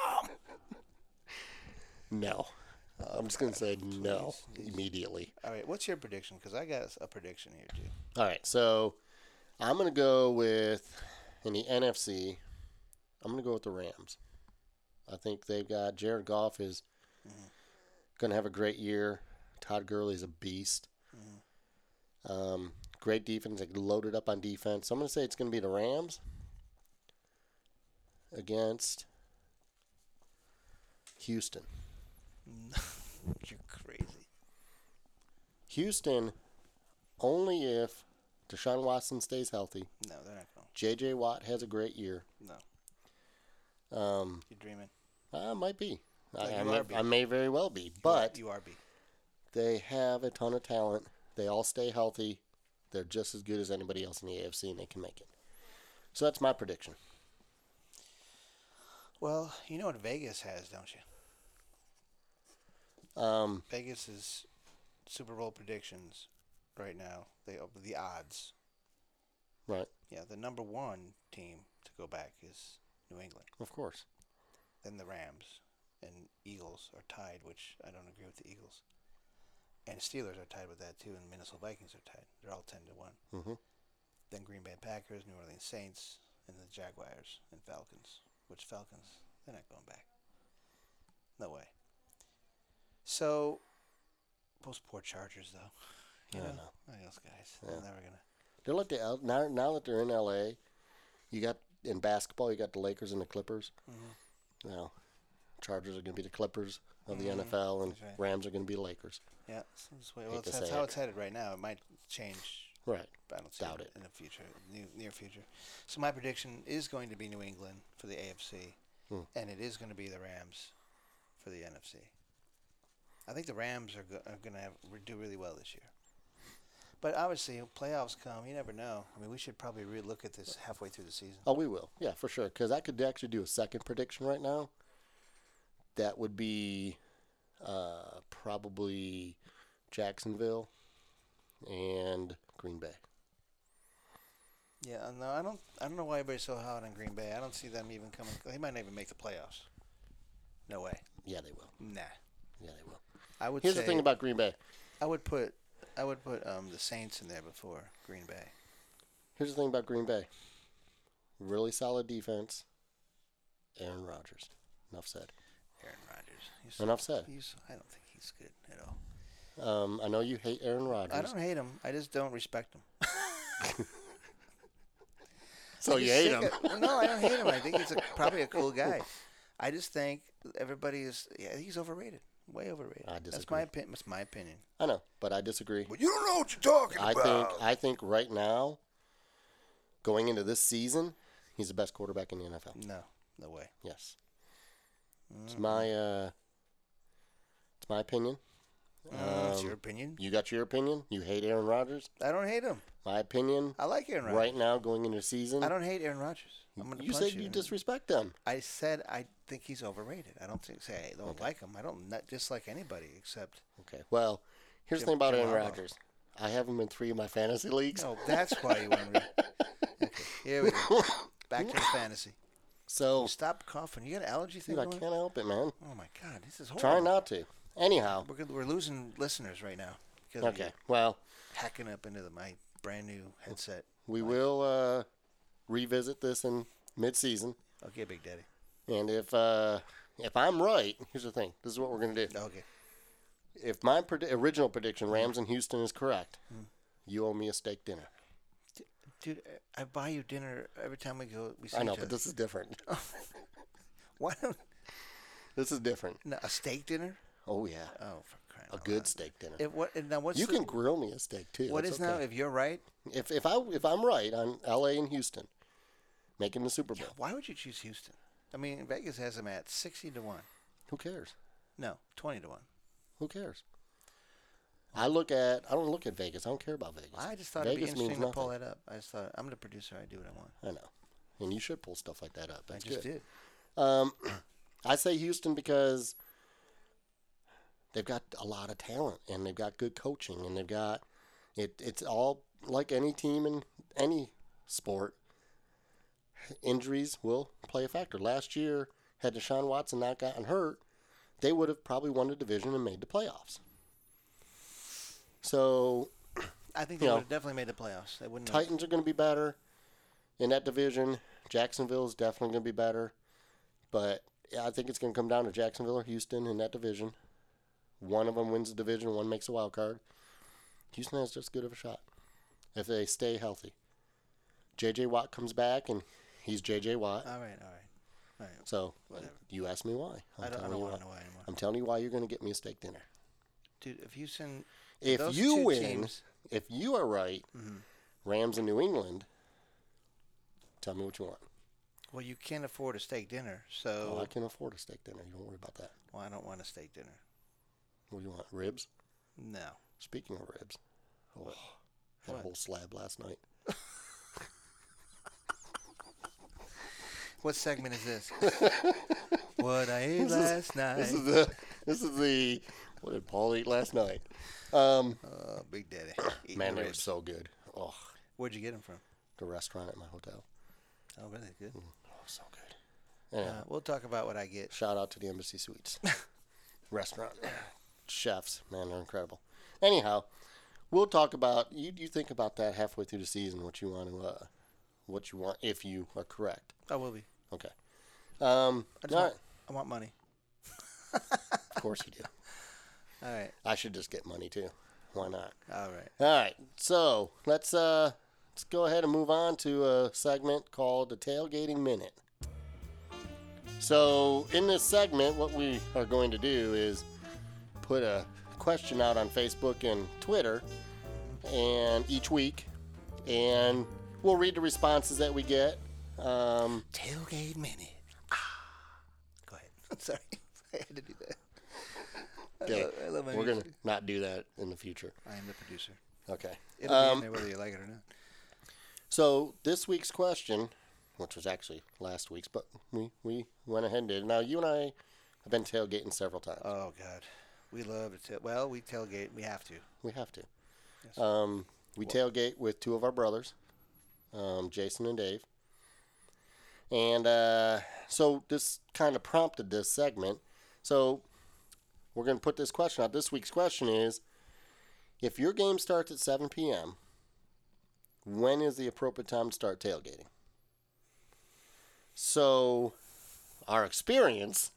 Speaker 1: no. I'm just going to say no immediately.
Speaker 2: All right, what's your prediction? Because I got a prediction here too.
Speaker 1: All right, so I'm gonna go with in the NFC. I'm gonna go with the Rams. I think they've got Jared Goff is gonna have a great year. Todd Gurley's a beast. Um, great defense, like loaded up on defense. So I'm gonna say it's gonna be the Rams against Houston.
Speaker 2: You're crazy.
Speaker 1: Houston only if Deshaun Watson stays healthy.
Speaker 2: No, they're not going.
Speaker 1: J.J. Watt has a great year.
Speaker 2: No,
Speaker 1: Um,
Speaker 2: you're dreaming.
Speaker 1: I might be.
Speaker 2: Yeah,
Speaker 1: I, I
Speaker 2: you
Speaker 1: may,
Speaker 2: are be.
Speaker 1: I may very well be. But
Speaker 2: you are B.
Speaker 1: they have a ton of talent. They all stay healthy. They're just as good as anybody else in the AFC, and they can make it. So that's my prediction.
Speaker 2: Well, you know what Vegas has, don't you?
Speaker 1: Um,
Speaker 2: Vegas is Super Bowl predictions right now. They the odds.
Speaker 1: right,
Speaker 2: Yeah, the number one team to go back is New England.
Speaker 1: of course.
Speaker 2: Then the Rams and Eagles are tied, which I don't agree with the Eagles. And Steelers are tied with that too, and Minnesota Vikings are tied. They're all ten to one.
Speaker 1: Mhm.
Speaker 2: Then Green Bay Packers, New Orleans Saints, and the Jaguars and Falcons. Which Falcons? They're not going back. No way. So, those poor Chargers though. You
Speaker 1: I
Speaker 2: know,
Speaker 1: know.
Speaker 2: those guys.
Speaker 1: Yeah.
Speaker 2: They're never gonna.
Speaker 1: They're like the L- now, now that they're in LA. You got in basketball, you got the Lakers and the Clippers.
Speaker 2: Mm-hmm.
Speaker 1: Now, Chargers are going to be the Clippers of the NFL, and
Speaker 2: that's right.
Speaker 1: Rams are going to be the Lakers.
Speaker 2: Yeah, so this way. Well,
Speaker 1: to
Speaker 2: that's, that's
Speaker 1: say
Speaker 2: how
Speaker 1: it.
Speaker 2: it's headed right now. It might change
Speaker 1: Right.
Speaker 2: but I don't see
Speaker 1: Doubt
Speaker 2: it
Speaker 1: it.
Speaker 2: in the future, near, near future. So my prediction is going to be New England for the AFC,
Speaker 1: Hmm.
Speaker 2: and it is going to be the Rams for the NFC. I think the Rams are, go- are going to have re- do really well this year. But obviously, when playoffs come. You never know. I mean, we should probably relook at this halfway through the season.
Speaker 1: Oh, we will. Yeah, for sure. Because I could actually do a second prediction right now. That would be uh, probably Jacksonville and Green Bay.
Speaker 2: Yeah, no, I don't. I don't know why everybody's so hot on Green Bay. I don't see them even coming. They might not even make the playoffs. No way.
Speaker 1: Yeah, they will.
Speaker 2: Nah.
Speaker 1: Yeah, they will.
Speaker 2: I would.
Speaker 1: Here's
Speaker 2: say
Speaker 1: the thing about Green Bay.
Speaker 2: I would put. I would put um, the Saints in there before Green Bay.
Speaker 1: Here's the thing about Green Bay. Really solid defense. Aaron Rodgers. Enough said.
Speaker 2: Aaron Rodgers. He's,
Speaker 1: Enough said.
Speaker 2: he's. I don't think he's good at all.
Speaker 1: Um, I know you hate Aaron
Speaker 2: I
Speaker 1: Rodgers.
Speaker 2: don't hate him. I just don't respect him.
Speaker 1: So Oh, you hate him.
Speaker 2: no, I don't hate him. I think he's a, probably a cool guy. I just think everybody is. Yeah, he's overrated. Way overrated.
Speaker 1: I
Speaker 2: That's my
Speaker 1: disagree.
Speaker 2: opinion. That's my opinion.
Speaker 1: I know, but I disagree.
Speaker 3: But you don't know what you're talking
Speaker 1: I
Speaker 3: about.
Speaker 1: think I think right now, going into this season, he's the best quarterback in the NFL.
Speaker 2: No, no way.
Speaker 1: Yes,
Speaker 2: Mm.
Speaker 1: it's my uh, it's my opinion.
Speaker 2: Uh, that's your
Speaker 1: Um,
Speaker 2: opinion.
Speaker 1: You got your opinion. You hate Aaron Rodgers.
Speaker 2: I don't hate him.
Speaker 1: My opinion
Speaker 2: I like Aaron Rodgers.
Speaker 1: right now, going into the season,
Speaker 2: I don't hate Aaron Rodgers. I'm gonna
Speaker 1: you
Speaker 2: punch
Speaker 1: said you disrespect them.
Speaker 2: I said I think he's overrated. I don't think, say I don't like him. I don't not dislike anybody except.
Speaker 1: Okay. Well, here's the
Speaker 2: Jim-
Speaker 1: thing about
Speaker 2: Jim
Speaker 1: Aaron
Speaker 2: Harbaugh.
Speaker 1: Rodgers. I have him in three of my fantasy leagues.
Speaker 2: Oh, that's why you want to. Okay, here we go. Back to the fantasy.
Speaker 1: So,
Speaker 2: Stop coughing. You got an allergy thing
Speaker 1: dude, I
Speaker 2: going?
Speaker 1: can't help it, man.
Speaker 2: Oh my God, this is horrible.
Speaker 1: Try not to. Anyhow,
Speaker 2: We're, gonna- we're losing listeners right now because
Speaker 1: okay.
Speaker 2: you're
Speaker 1: Well,
Speaker 2: hacking up into the, my brand new headset.
Speaker 1: We will uh, revisit this in mid-season,
Speaker 2: Okay, Big Daddy.
Speaker 1: and if uh, if I'm right, here's the thing: this is what we're gonna do.
Speaker 2: Okay.
Speaker 1: If my pred- original prediction,
Speaker 2: Mm.
Speaker 1: Rams and Houston, is correct, you owe me a steak dinner.
Speaker 2: D- Dude, I I buy you dinner every time we go. We see
Speaker 1: I know,
Speaker 2: each
Speaker 1: but
Speaker 2: other.
Speaker 1: this is different.
Speaker 2: Why don't
Speaker 1: this is different.
Speaker 2: no, a steak dinner?
Speaker 1: Oh yeah,
Speaker 2: Oh, for crying
Speaker 1: a
Speaker 2: out
Speaker 1: good
Speaker 2: loud.
Speaker 1: steak dinner.
Speaker 2: If what and now what's
Speaker 1: you
Speaker 2: the-
Speaker 1: can grill me a steak too.
Speaker 2: What
Speaker 1: That's
Speaker 2: is now?
Speaker 1: okay.
Speaker 2: If you're right,
Speaker 1: If if I if I'm right on L.A. and Houston making the Super Bowl,
Speaker 2: why would you choose Houston? I mean, Vegas has them at sixty to one.
Speaker 1: who cares?
Speaker 2: No, twenty to one.
Speaker 1: Who cares? I look at I don't look at Vegas. I don't care about Vegas.
Speaker 2: I just thought
Speaker 1: Vegas
Speaker 2: it'd be
Speaker 1: means
Speaker 2: interesting to
Speaker 1: nothing.
Speaker 2: pull that up. I just thought I'm the producer. I do what I want.
Speaker 1: I know. And you should pull stuff like that up. That's
Speaker 2: I just
Speaker 1: good.
Speaker 2: did.
Speaker 1: Um, I say Houston because they've got a lot of talent and they've got good coaching and they've got it. It's all like any team in any sport. Injuries will play a factor. Last year, had Deshaun Watson not gotten hurt, they would have probably won the division and made the playoffs. So
Speaker 2: I think they
Speaker 1: You know,
Speaker 2: would have definitely made the playoffs. They wouldn't. have-
Speaker 1: Titans are going to be better in that division. Jacksonville is definitely going to be better, but I think it's going to come down to Jacksonville or Houston in that division. One of them wins the division, one makes a wild card. Houston has just good of a shot if they stay healthy. J.J. Watt comes back, and he's J.J. Watt.
Speaker 2: all right, all right, all right.
Speaker 1: so uh,
Speaker 2: whatever.
Speaker 1: you asked me why. I'm
Speaker 2: I don't, I
Speaker 1: telling you
Speaker 2: don't want
Speaker 1: why.
Speaker 2: to know why anymore.
Speaker 1: I'm telling you why you're going to get me a steak dinner.
Speaker 2: Dude, if Houston,
Speaker 1: If
Speaker 2: those
Speaker 1: you
Speaker 2: two
Speaker 1: win,
Speaker 2: teams, Mm-hmm.
Speaker 1: if you are right, Rams and New England. Tell me what you want.
Speaker 2: well, you can't afford a steak dinner,
Speaker 1: Oh, I
Speaker 2: so
Speaker 1: can afford a steak dinner. You don't worry about that.
Speaker 2: well, I don't want a steak dinner.
Speaker 1: What do you want? Ribs?
Speaker 2: No,
Speaker 1: Speaking of ribs, oh, had
Speaker 2: What?
Speaker 1: a whole slab last night.
Speaker 2: what segment is this? what I ate last night.
Speaker 1: This is the this is the what did Paul eat last night? Um,
Speaker 2: oh, Big Daddy. eating
Speaker 1: man,
Speaker 2: the
Speaker 1: they were
Speaker 2: ribs.
Speaker 1: so good. Oh,
Speaker 2: Where'd you get them from?
Speaker 1: the restaurant at my hotel.
Speaker 2: Oh, really? Good.
Speaker 1: Oh, so good. Anyhow,
Speaker 2: Uh, we'll talk about what I get.
Speaker 1: shout out to the Embassy Suites restaurant chefs. Man, they're incredible. Anyhow, we'll talk about you. You think about that halfway through the season. What you want to, uh, what you want if you are correct.
Speaker 2: I will be.
Speaker 1: Okay. Um,
Speaker 2: I, just
Speaker 1: all
Speaker 2: want,
Speaker 1: right.
Speaker 2: I want money.
Speaker 1: Of course you do.
Speaker 2: All right.
Speaker 1: I should just get money too. Why not?
Speaker 2: All right.
Speaker 1: All right. So let's uh let's go ahead and move on to a segment called the tailgating minute. So in this segment, what we are going to do is put a question out on Facebook and Twitter, and each week, and we'll read the responses that we get. Um,
Speaker 2: Tailgate minute. Ah. Go ahead. Sorry. I had to do that.
Speaker 1: Okay,
Speaker 2: I love my
Speaker 1: we're gonna
Speaker 2: music.
Speaker 1: not do that in the future.
Speaker 2: I am the producer.
Speaker 1: Okay.
Speaker 2: It'll be in
Speaker 1: Um,
Speaker 2: there whether you like it or not.
Speaker 1: So this week's question, which was actually last week's, but we, we went ahead and did. it. Now you and I have been tailgating several times.
Speaker 2: Oh God, we love to. Tail- well, we tailgate. We have to.
Speaker 1: we have to.
Speaker 2: Yes.
Speaker 1: Um, we tailgate with two of our brothers, um, Jason and Dave. And uh, so this kind of prompted this segment. So we're going to put this question out. This week's question is if your game starts at 7 p.m., when is the appropriate time to start tailgating? So our experience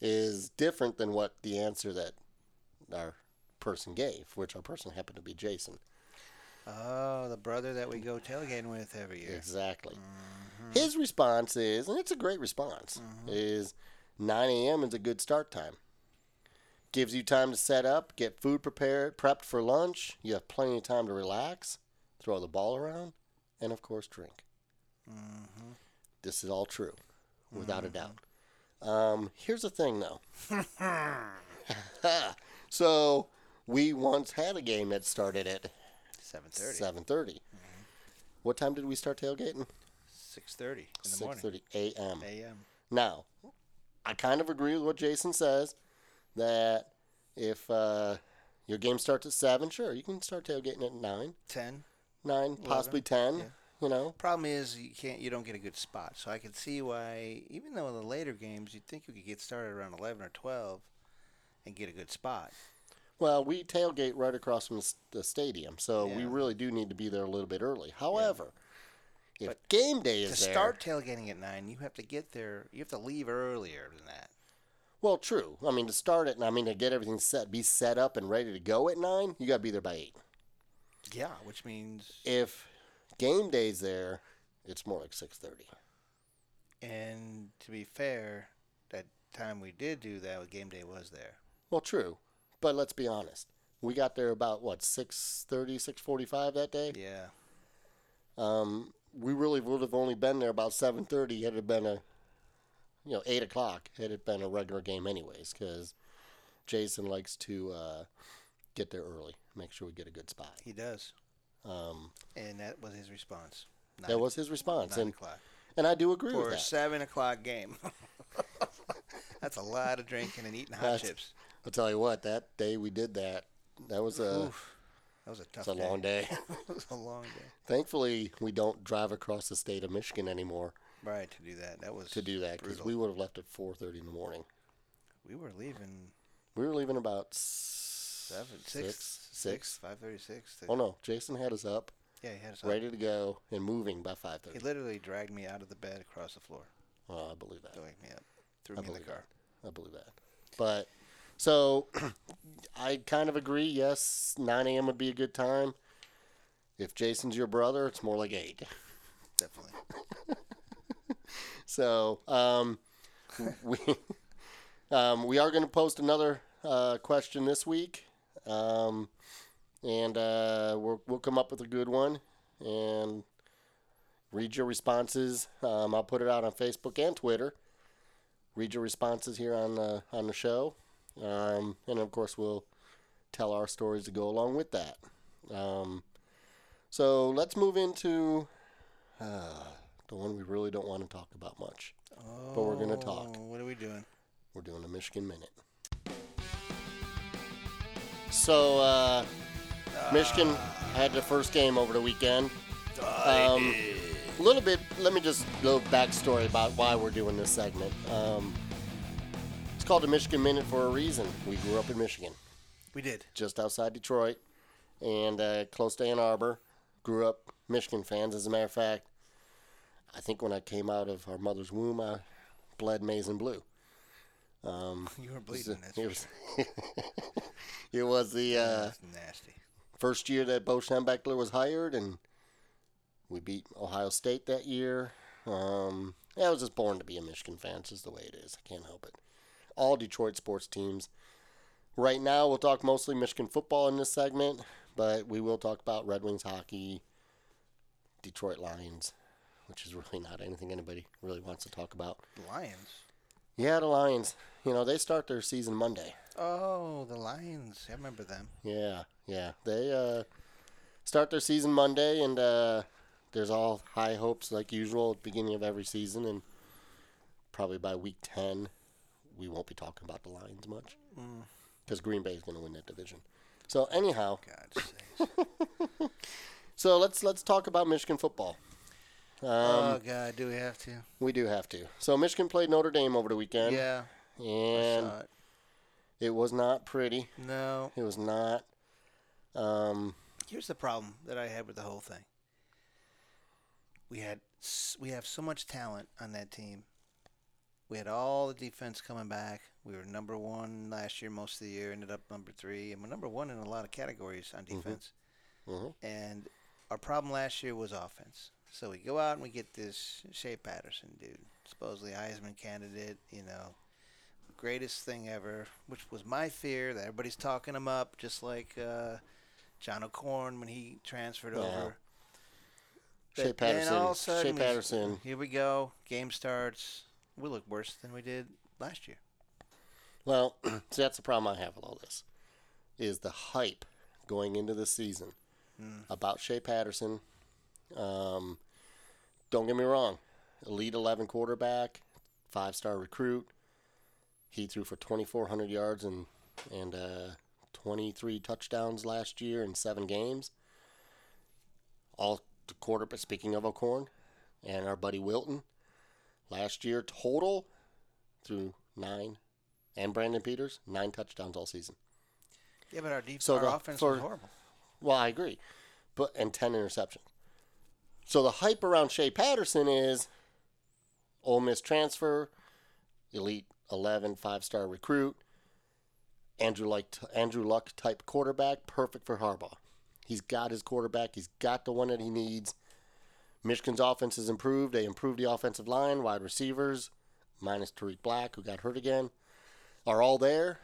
Speaker 1: is different than what the answer that our person gave, which our person happened to be Jason.
Speaker 2: Oh, the brother that we go tailgating with every year.
Speaker 1: Exactly. His response is, and it's a great response, is 9 a.m. is a good start time. Gives you time to set up, get food prepared, prepped for lunch. You have plenty of time to relax, throw the ball around, and of course, drink. This is all true, without a doubt. Um, here's the thing, though. so, we once had a game that started at
Speaker 2: Seven thirty.
Speaker 1: 7.30. What time did we start tailgating?
Speaker 2: Six thirty in the morning.
Speaker 1: 6.30 a.m.
Speaker 2: A.M.
Speaker 1: Now, I kind of agree with what Jason says that if uh, your game starts at 7, sure, you can start tailgating at 9,
Speaker 2: Ten.
Speaker 1: 9, possibly 10,
Speaker 2: yeah.
Speaker 1: you know.
Speaker 2: Problem is you can't. You don't get a good spot. So I can see why, even though in the later games you'd think you could get started around eleven or twelve, and get a good spot.
Speaker 1: Well, we tailgate right across from the s- the stadium, so we
Speaker 2: Yeah.
Speaker 1: really do need to be there a little bit early. However, if game day
Speaker 2: to
Speaker 1: is there,
Speaker 2: start tailgating at nine, you have to get there. You have to leave earlier than that.
Speaker 1: well, true. I mean, to start it, I mean, to get everything set, be set up and ready to go at 9, you got to be there by 8.
Speaker 2: Yeah, which means
Speaker 1: if game day's there, it's more like six thirty.
Speaker 2: And to be fair, that time we did do that with game day was there.
Speaker 1: Well, true, but let's be honest. We got there about what 6:30, 6:45 that day.
Speaker 2: Yeah.
Speaker 1: Um, we really would have only been there about seven thirty had it been a, you know, eight o'clock had it been a regular game anyways, because Jason likes to uh, get there early, make sure we get a good spot.
Speaker 2: He does.
Speaker 1: Um,
Speaker 2: And that was his response. Nine,
Speaker 1: that was his response,
Speaker 2: nine
Speaker 1: and
Speaker 2: o'clock.
Speaker 1: and I do agree
Speaker 2: For
Speaker 1: with
Speaker 2: a
Speaker 1: that.
Speaker 2: seven o'clock game. That's a lot of drinking and eating hot
Speaker 1: That's-
Speaker 2: chips.
Speaker 1: I'll tell you what, that day we did that, that was a
Speaker 2: Oof. That was a
Speaker 1: it's
Speaker 2: tough
Speaker 1: a
Speaker 2: day.
Speaker 1: long day.
Speaker 2: it was a long day.
Speaker 1: Thankfully, we don't drive across the state of Michigan anymore
Speaker 2: Right, to do that. That was
Speaker 1: to do that because we would have left at 4:30 in the morning.
Speaker 2: we were leaving
Speaker 1: We were leaving about
Speaker 2: seven
Speaker 1: seven,
Speaker 2: six six five thirty six.
Speaker 1: Oh no, Jason had us up,
Speaker 2: Yeah, he had us
Speaker 1: ready to go, and moving by
Speaker 2: up. He
Speaker 1: 5:30.
Speaker 2: literally dragged me out of the bed across the floor.
Speaker 1: Oh, I believe that.
Speaker 2: Doing me up. Threw
Speaker 1: I
Speaker 2: me in the
Speaker 1: believe
Speaker 2: car.
Speaker 1: that. I believe that. But so I kind of agree. Yes, 9 a.m. would be a good time. If Jason's your brother, it's more like eight.
Speaker 2: Definitely.
Speaker 1: So um, we um, we are going to post another uh, question this week, um, and uh, we'll we'll come up with a good one and read your responses. Um, I'll put it out on Facebook and Twitter. Read your responses here on the on the show, um, and of course we'll tell our stories to go along with that. Um, so let's move into uh, the one we really don't want to talk about much. But we're gonna talk.
Speaker 2: Oh, What are we doing?
Speaker 1: We're doing a Michigan minute. So uh, Michigan had their first game over the weekend. Um, a little bit. Let me just little backstory about why we're doing this segment. Um, it's called the Michigan Minute for a reason. We grew up in Michigan,
Speaker 2: We did.
Speaker 1: just outside Detroit, and uh, close to Ann Arbor. Grew up Michigan fans. As a matter of fact, I think when I came out of our mother's womb, I bled maize and blue.
Speaker 2: You were
Speaker 1: It was
Speaker 2: bleeding.
Speaker 1: the-
Speaker 2: That's
Speaker 1: it was, it was the uh,
Speaker 2: that's nasty.
Speaker 1: first year that Bo Schembechler was hired, and we beat Ohio State that year. Um, I was just born to be a Michigan fan. It's just the way it is. I can't help it. All Detroit sports teams. Right now, we'll talk mostly Michigan football in this segment, but we will talk about Red Wings hockey, Detroit Lions, which is really not anything anybody really wants to talk about.
Speaker 2: The Lions.
Speaker 1: Yeah, the Lions. You know, they start their season Monday.
Speaker 2: Oh, the Lions. I remember them.
Speaker 1: Yeah, yeah. They uh, start their season Monday, and uh, there's all high hopes, like usual, at the beginning of every season. And probably by week 10, we won't be talking about the Lions much
Speaker 2: Mm.
Speaker 1: because Green Bay is going to win that division. So, anyhow,
Speaker 2: God.
Speaker 1: Um,
Speaker 2: sakes.
Speaker 1: so let's let's talk about Michigan football. Um,
Speaker 2: oh God, do we have to?
Speaker 1: we do have to. So Michigan played Notre Dame over the weekend,
Speaker 2: yeah. I
Speaker 1: and
Speaker 2: saw it.
Speaker 1: it was not pretty.
Speaker 2: No.
Speaker 1: It was not. Um,
Speaker 2: Here's the problem that I had with the whole thing. We had s- we have so much talent on that team. We had all the defense coming back. We were number one last year, most of the year. Ended up number three, and we're number one in a lot of categories on defense.
Speaker 1: mhm.
Speaker 2: And our problem last year was offense. So we go out and we get this Shea Patterson dude, supposedly Heisman candidate, you know, greatest thing ever, which was my fear that everybody's talking him up, just like uh, John O'Corn when he transferred
Speaker 1: Yeah.
Speaker 2: over.
Speaker 1: Shea
Speaker 2: But then
Speaker 1: Patterson.
Speaker 2: all of
Speaker 1: Shea
Speaker 2: a sudden we-
Speaker 1: Patterson.
Speaker 2: Here we go. Game starts. We look worse than we did last year.
Speaker 1: Well, see, that's the problem I have with all this, is the hype going into the season about Shea Patterson. Um, don't get me wrong, elite eleven quarterback, five star recruit. He threw for twenty four hundred yards and and uh, twenty three touchdowns last year in seven games. All the quarter. Speaking of O'Corn, and our buddy Wilton, last year total through nine and Brandon Peters, nine touchdowns all season.
Speaker 2: Yeah, but our defense,
Speaker 1: So
Speaker 2: our
Speaker 1: the-
Speaker 2: offense
Speaker 1: for-
Speaker 2: was horrible.
Speaker 1: Well, I agree, but and ten interceptions. So the hype around Shea Patterson is Ole Miss transfer, elite 11 five-star recruit, Andrew like Andrew Luck type quarterback, perfect for Harbaugh. He's got his quarterback. He's got the one that he needs. Michigan's offense has improved. They improved the offensive line, wide receivers, minus Tariq Black, who got hurt again, are all there.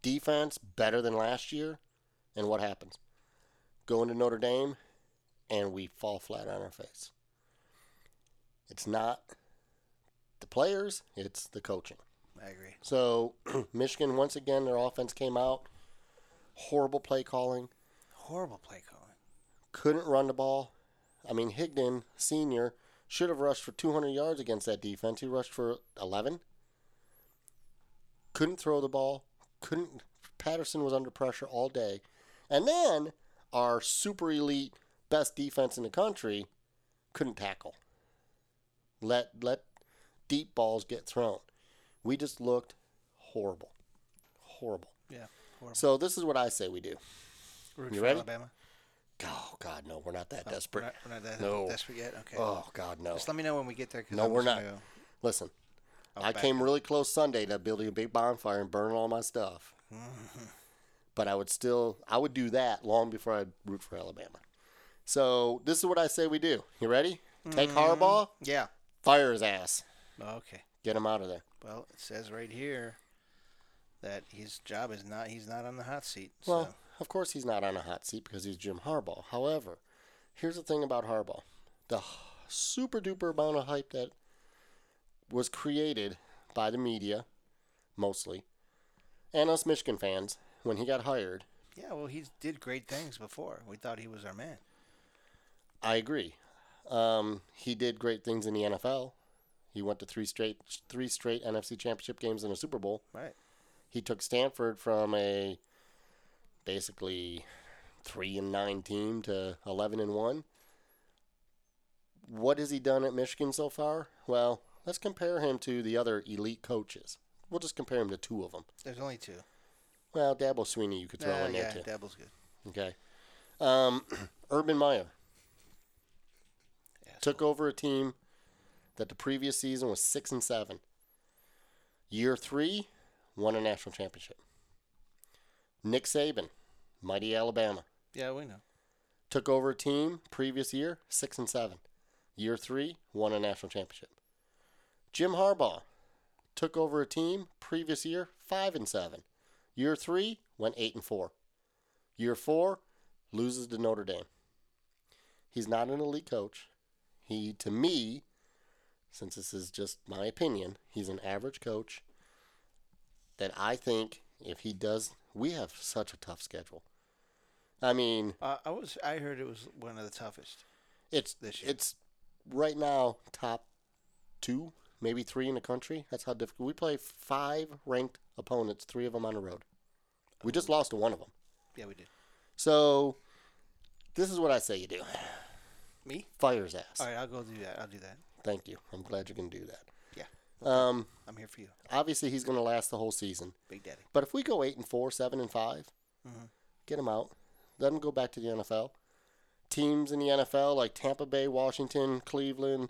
Speaker 1: Defense better than last year. And what happens? go into Notre Dame, and we fall flat on our face. It's not the players, it's the coaching.
Speaker 2: I agree.
Speaker 1: So, Michigan, once again, their offense came out. Horrible play calling.
Speaker 2: Horrible play calling.
Speaker 1: Couldn't run the ball. I mean, Higdon, senior, should have rushed for 200 yards against that defense. He rushed for 11. Couldn't throw the ball. Couldn't. Patterson was under pressure all day. And then our super elite, best defense in the country couldn't tackle. Let let deep balls get thrown. We just looked horrible. Horrible.
Speaker 2: Yeah. Horrible.
Speaker 1: So this is what I say we do.
Speaker 2: Root
Speaker 1: you
Speaker 2: for
Speaker 1: ready?
Speaker 2: Alabama.
Speaker 1: Oh God, no, we're not that
Speaker 2: Oh,
Speaker 1: desperate.
Speaker 2: We're not, we're not that
Speaker 1: No.
Speaker 2: desperate yet. Okay.
Speaker 1: Oh God, no.
Speaker 2: Just let me know when we get there. 'cause
Speaker 1: No,
Speaker 2: I'm
Speaker 1: we're
Speaker 2: just
Speaker 1: not.
Speaker 2: gonna go-
Speaker 1: Listen,
Speaker 2: I'll
Speaker 1: I
Speaker 2: back
Speaker 1: came really close Sunday to building a big bonfire and burning all my stuff.
Speaker 2: Mm-hmm.
Speaker 1: but I would still, I would do that long before I would root for Alabama. So this is what I say we do. You ready? Take
Speaker 2: Mm-hmm.
Speaker 1: Harbaugh,
Speaker 2: Yeah.
Speaker 1: fire his ass, Oh,
Speaker 2: Okay.
Speaker 1: get him out of there.
Speaker 2: Well, it says right here that his job is not. He's not on the hot seat.
Speaker 1: Well,
Speaker 2: so.
Speaker 1: of course he's not on a hot seat because he's Jim Harbaugh. However, here's the thing about Harbaugh: the super duper amount of hype that was created by the media, mostly, and us Michigan fans when he got hired.
Speaker 2: Yeah. Well, he did great things before. We thought he was our man.
Speaker 1: I agree. Um, he did great things in the NFL. He went to three straight three straight NFC Championship games and a Super Bowl.
Speaker 2: Right.
Speaker 1: he took Stanford from a basically three and nine team to eleven and one. What has he done at Michigan so far? Well, let's compare him to the other elite coaches. We'll just compare him to two of them.
Speaker 2: There's only two.
Speaker 1: Well, Dabo Sweeney, you could throw
Speaker 2: Ah,
Speaker 1: in there
Speaker 2: yeah.
Speaker 1: too.
Speaker 2: Dabble's good.
Speaker 1: Okay. Um, Urban Meyer
Speaker 2: Asshole.
Speaker 1: took over a team that the previous season was six and seven. Year three, won a national championship. Nick Saban, mighty Alabama,
Speaker 2: Yeah, we know.
Speaker 1: took over a team previous year six and seven. Year three, won a national championship. Jim Harbaugh took over a team previous year five and seven. Year three went eight and four. Year four loses to Notre Dame. He's not an elite coach. He, to me, since this is just my opinion, he's an average coach that I think if he does, we have such a tough schedule. I mean,
Speaker 2: Uh, I was I heard it was one of the toughest.
Speaker 1: it's
Speaker 2: This year.
Speaker 1: it's right now top two, maybe three in the country. That's how difficult we play. Five ranked opponents, three of them on the road. We just lost to one of them.
Speaker 2: Yeah, we did.
Speaker 1: So this is what I say you do:
Speaker 2: Me?
Speaker 1: fire his ass.
Speaker 2: All right, I'll go do that. I'll do that.
Speaker 1: Thank you. I'm glad you can do that.
Speaker 2: Yeah.
Speaker 1: Um,
Speaker 2: I'm here for you,
Speaker 1: obviously he's going to last the whole season.
Speaker 2: Big Daddy.
Speaker 1: But if we go eight and four, seven and 5
Speaker 2: Mhm.
Speaker 1: get him out. Let him go back to the NFL. Teams in the NFL like Tampa Bay, Washington, Cleveland,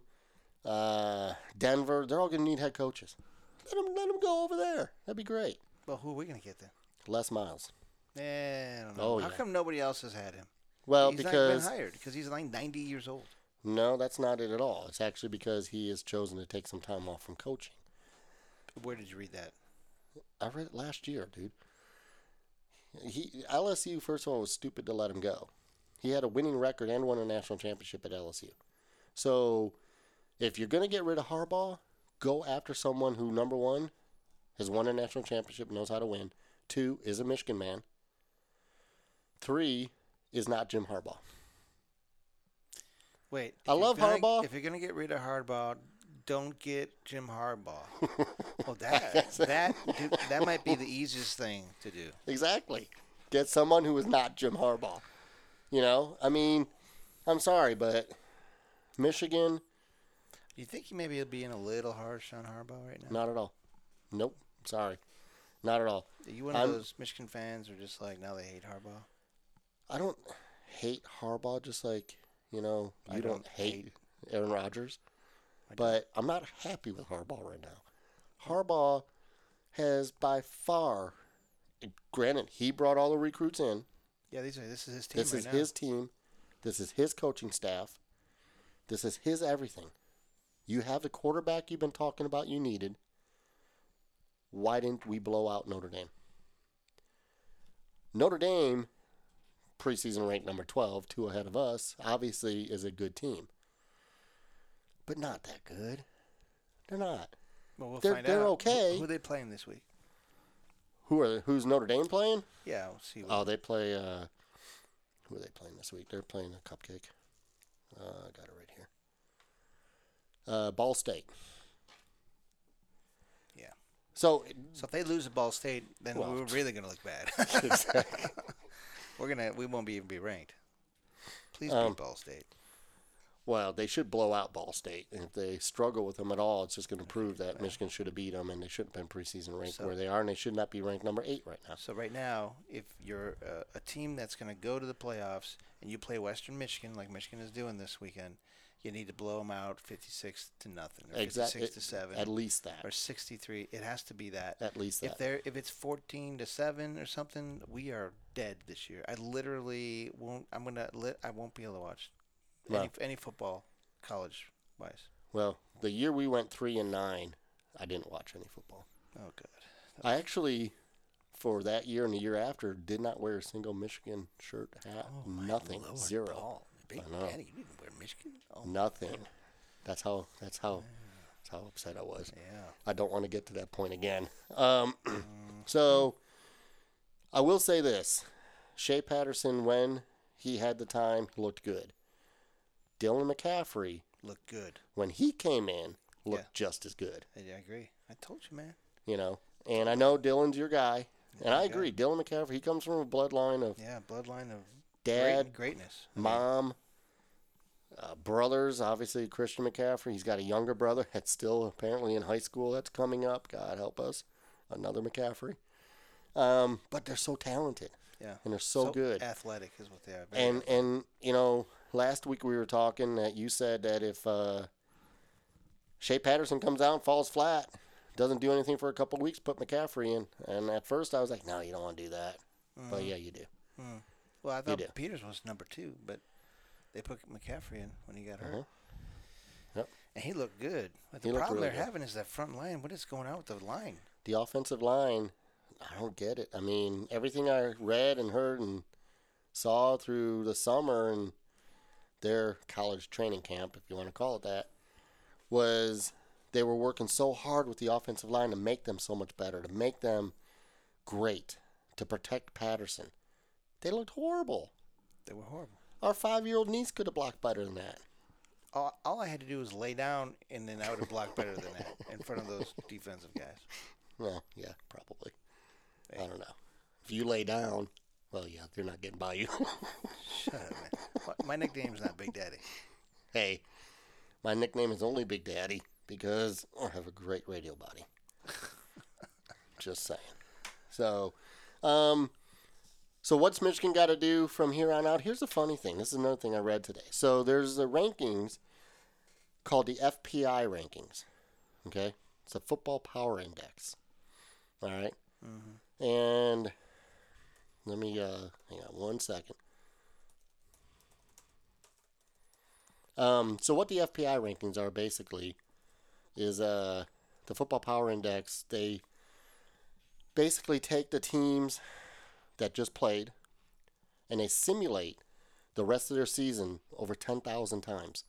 Speaker 1: uh, Denver, they're all going to need head coaches. Let him let him go over there. That'd be great.
Speaker 2: Well, who are we gonna get then?
Speaker 1: Les Miles.
Speaker 2: Eh, I don't know.
Speaker 1: Oh,
Speaker 2: How
Speaker 1: yeah.
Speaker 2: come nobody else has had him?
Speaker 1: Well,
Speaker 2: he's
Speaker 1: because
Speaker 2: not been hired because he's like 90 years old.
Speaker 1: no, that's not it at all. It's actually because he has chosen to take some time off from coaching.
Speaker 2: Where did you read that?
Speaker 1: I read it last year, dude. He LSU first of all was stupid to let him go. He had a winning record and won a national championship at LSU. So, if you're gonna get rid of Harbaugh, go after someone who number one has won a national championship, knows how to win. Two is a Michigan man. Three is not Jim Harbaugh.
Speaker 2: Wait.
Speaker 1: I
Speaker 2: if you're
Speaker 1: love
Speaker 2: gonna-
Speaker 1: Harbaugh.
Speaker 2: If you're gonna get rid of Harbaugh, don't get Jim Harbaugh. well, that that do, that might be the easiest thing to do.
Speaker 1: Exactly. Get someone who is not Jim Harbaugh. You know, I mean, I'm sorry, but Michigan.
Speaker 2: You think you maybe being a little harsh on Harbaugh right now?
Speaker 1: Not at all. Nope. Sorry. Not at all.
Speaker 2: Are you one of
Speaker 1: I'm-
Speaker 2: those Michigan fans, or just like now they hate Harbaugh?
Speaker 1: I don't hate Harbaugh just like, you know,
Speaker 2: I
Speaker 1: you don't,
Speaker 2: don't
Speaker 1: hate,
Speaker 2: hate-
Speaker 1: Aaron Rodgers.
Speaker 2: I don't.
Speaker 1: But I'm not happy with Harbaugh right now. Harbaugh has by far granted he brought all the recruits in.
Speaker 2: Yeah, these are this is his team
Speaker 1: This
Speaker 2: right
Speaker 1: is
Speaker 2: now.
Speaker 1: his team. This is his coaching staff. This is his everything. You have the quarterback you've been talking about you needed. Why didn't we blow out Notre Dame? Notre Dame, preseason ranked number 12, two ahead of us, obviously is a good team. But not that good. They're not.
Speaker 2: Well, we'll
Speaker 1: they're-
Speaker 2: find
Speaker 1: they're
Speaker 2: out. Who-
Speaker 1: okay.
Speaker 2: Who, are they playing this week?
Speaker 1: Who are who's Notre Dame playing?
Speaker 2: Yeah, we'll see.
Speaker 1: Oh, they play. Uh, who are they playing this week? They're playing a cupcake. Uh, I got it right here. Uh, Ball State.
Speaker 2: Yeah.
Speaker 1: So
Speaker 2: So if they lose to Ball State, then
Speaker 1: Well,
Speaker 2: we're really gonna look bad.
Speaker 1: exactly.
Speaker 2: we're gonna we won't be even be ranked. Please
Speaker 1: Um,
Speaker 2: beat Ball State.
Speaker 1: well, they should blow out Ball State. And if they struggle with them at all, it's just going to prove that Michigan should have beat them, and they shouldn't have been preseason ranked
Speaker 2: So-
Speaker 1: where they are, and they should not be ranked number eight right now.
Speaker 2: So right now, if you're uh, a team that's going to go to the playoffs and you play Western Michigan like Michigan is doing this weekend, you need to blow them out 56 to nothing or 56
Speaker 1: Exactly.
Speaker 2: to 7
Speaker 1: At least
Speaker 2: or
Speaker 1: that.
Speaker 2: 63. It has to be that.
Speaker 1: At least
Speaker 2: if
Speaker 1: that.
Speaker 2: they're if it's 14 to 7 or something, we are dead this year. I literally won't I'm going to lit I won't be able to watch
Speaker 1: No.
Speaker 2: any any football college wise.
Speaker 1: Well, the year we went three and nine, I didn't watch any football.
Speaker 2: Oh god.
Speaker 1: I actually, for that year and the year after, did not wear a single Michigan shirt, hat,
Speaker 2: Oh,
Speaker 1: nothing,
Speaker 2: Lord,
Speaker 1: zero,
Speaker 2: Paul, Big
Speaker 1: I know.
Speaker 2: Daddy, you didn't wear Michigan. Oh
Speaker 1: nothing. That's how. That's how. That's how upset I was.
Speaker 2: yeah. Mm.
Speaker 1: I don't want to get to that point again. Um, so, I will say this: Shea Patterson, when he had the time, looked good. Dylan McCaffrey,
Speaker 2: Look good.
Speaker 1: when he came in, looked
Speaker 2: Yeah.
Speaker 1: just as good.
Speaker 2: I I agree. I told you, man.
Speaker 1: You know, and I know Dylan's your guy, and I
Speaker 2: your guy.
Speaker 1: agree. Dylan McCaffrey, he comes from a bloodline of
Speaker 2: Yeah, bloodline of
Speaker 1: dad,
Speaker 2: great, greatness.
Speaker 1: mom, uh, brothers. Obviously, Christian McCaffrey. He's got a younger brother that's still apparently in high school. That's coming up. God help us. Another McCaffrey. Um, but they're so talented
Speaker 2: Yeah.
Speaker 1: and they're so, good.
Speaker 2: Athletic is what they are. very
Speaker 1: and and you know, last week we were talking that you said that if uh, Shea Patterson comes out and falls flat, doesn't do anything for a couple weeks, put McCaffrey in. And at first I was like, no, you don't want to do that. But yeah, you do.
Speaker 2: well, I thought
Speaker 1: do.
Speaker 2: Peters was number two, but they put McCaffrey in when he got hurt.
Speaker 1: Uh-huh. Yep.
Speaker 2: And he looked good. But the
Speaker 1: He looked
Speaker 2: problem
Speaker 1: really
Speaker 2: they're
Speaker 1: good.
Speaker 2: having is that front line. What is going on with the line?
Speaker 1: the offensive line, I don't get it. I mean, everything I read and heard and saw through the summer and their college training camp, if you want to call it that, was They were working so hard with the offensive line to make them so much better, to make them great, to protect Patterson. They looked horrible.
Speaker 2: They were horrible.
Speaker 1: Our five year old niece could have blocked better than that.
Speaker 2: All, all I had to do was lay down, and then I would have blocked better than that in front of those defensive guys.
Speaker 1: Well, yeah, probably. I
Speaker 2: Yeah.
Speaker 1: don't know. If you lay down, well, yeah, they're not getting by you.
Speaker 2: Shut up, man. My, my nickname's not Big Daddy.
Speaker 1: hey, my nickname is only Big Daddy because I have a great radio body. Just saying. So, um, so what's Michigan got to do from here on out? Here's a funny thing. This is another thing I read today. So there's a rankings called the FPI rankings. Okay, it's a football power index. All right? and let me uh, hang on one second. Um, so what the FPI rankings are basically is uh, the Football Power Index. They basically take the teams that just played and they simulate the rest of their season over 10,000 times.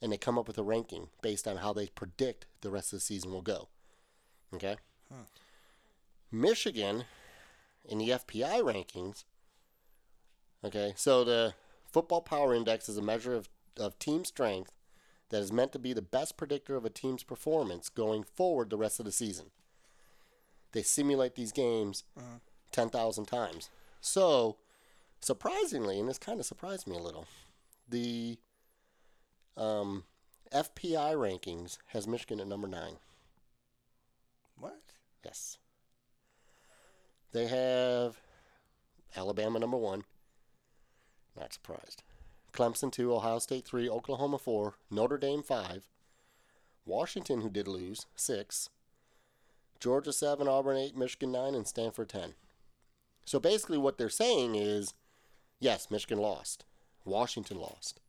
Speaker 1: And they come up with a ranking based on how they predict the rest of the season will go. Okay? Michigan in the FPI rankings. Okay, so the football power index is a measure of, of team strength that is meant to be the best predictor of a team's performance going forward the rest of the season. They simulate these games 10,000 times. So, surprisingly, and this kind of surprised me a little, the um, FPI rankings has Michigan at number nine.
Speaker 2: What?
Speaker 1: Yes. They have Alabama number one. Not surprised. Clemson two, Ohio State three, Oklahoma four, Notre Dame five, Washington who did lose six, Georgia seven, Auburn eight, Michigan nine, and Stanford ten. So basically, what they're saying is, yes, Michigan lost, Washington lost,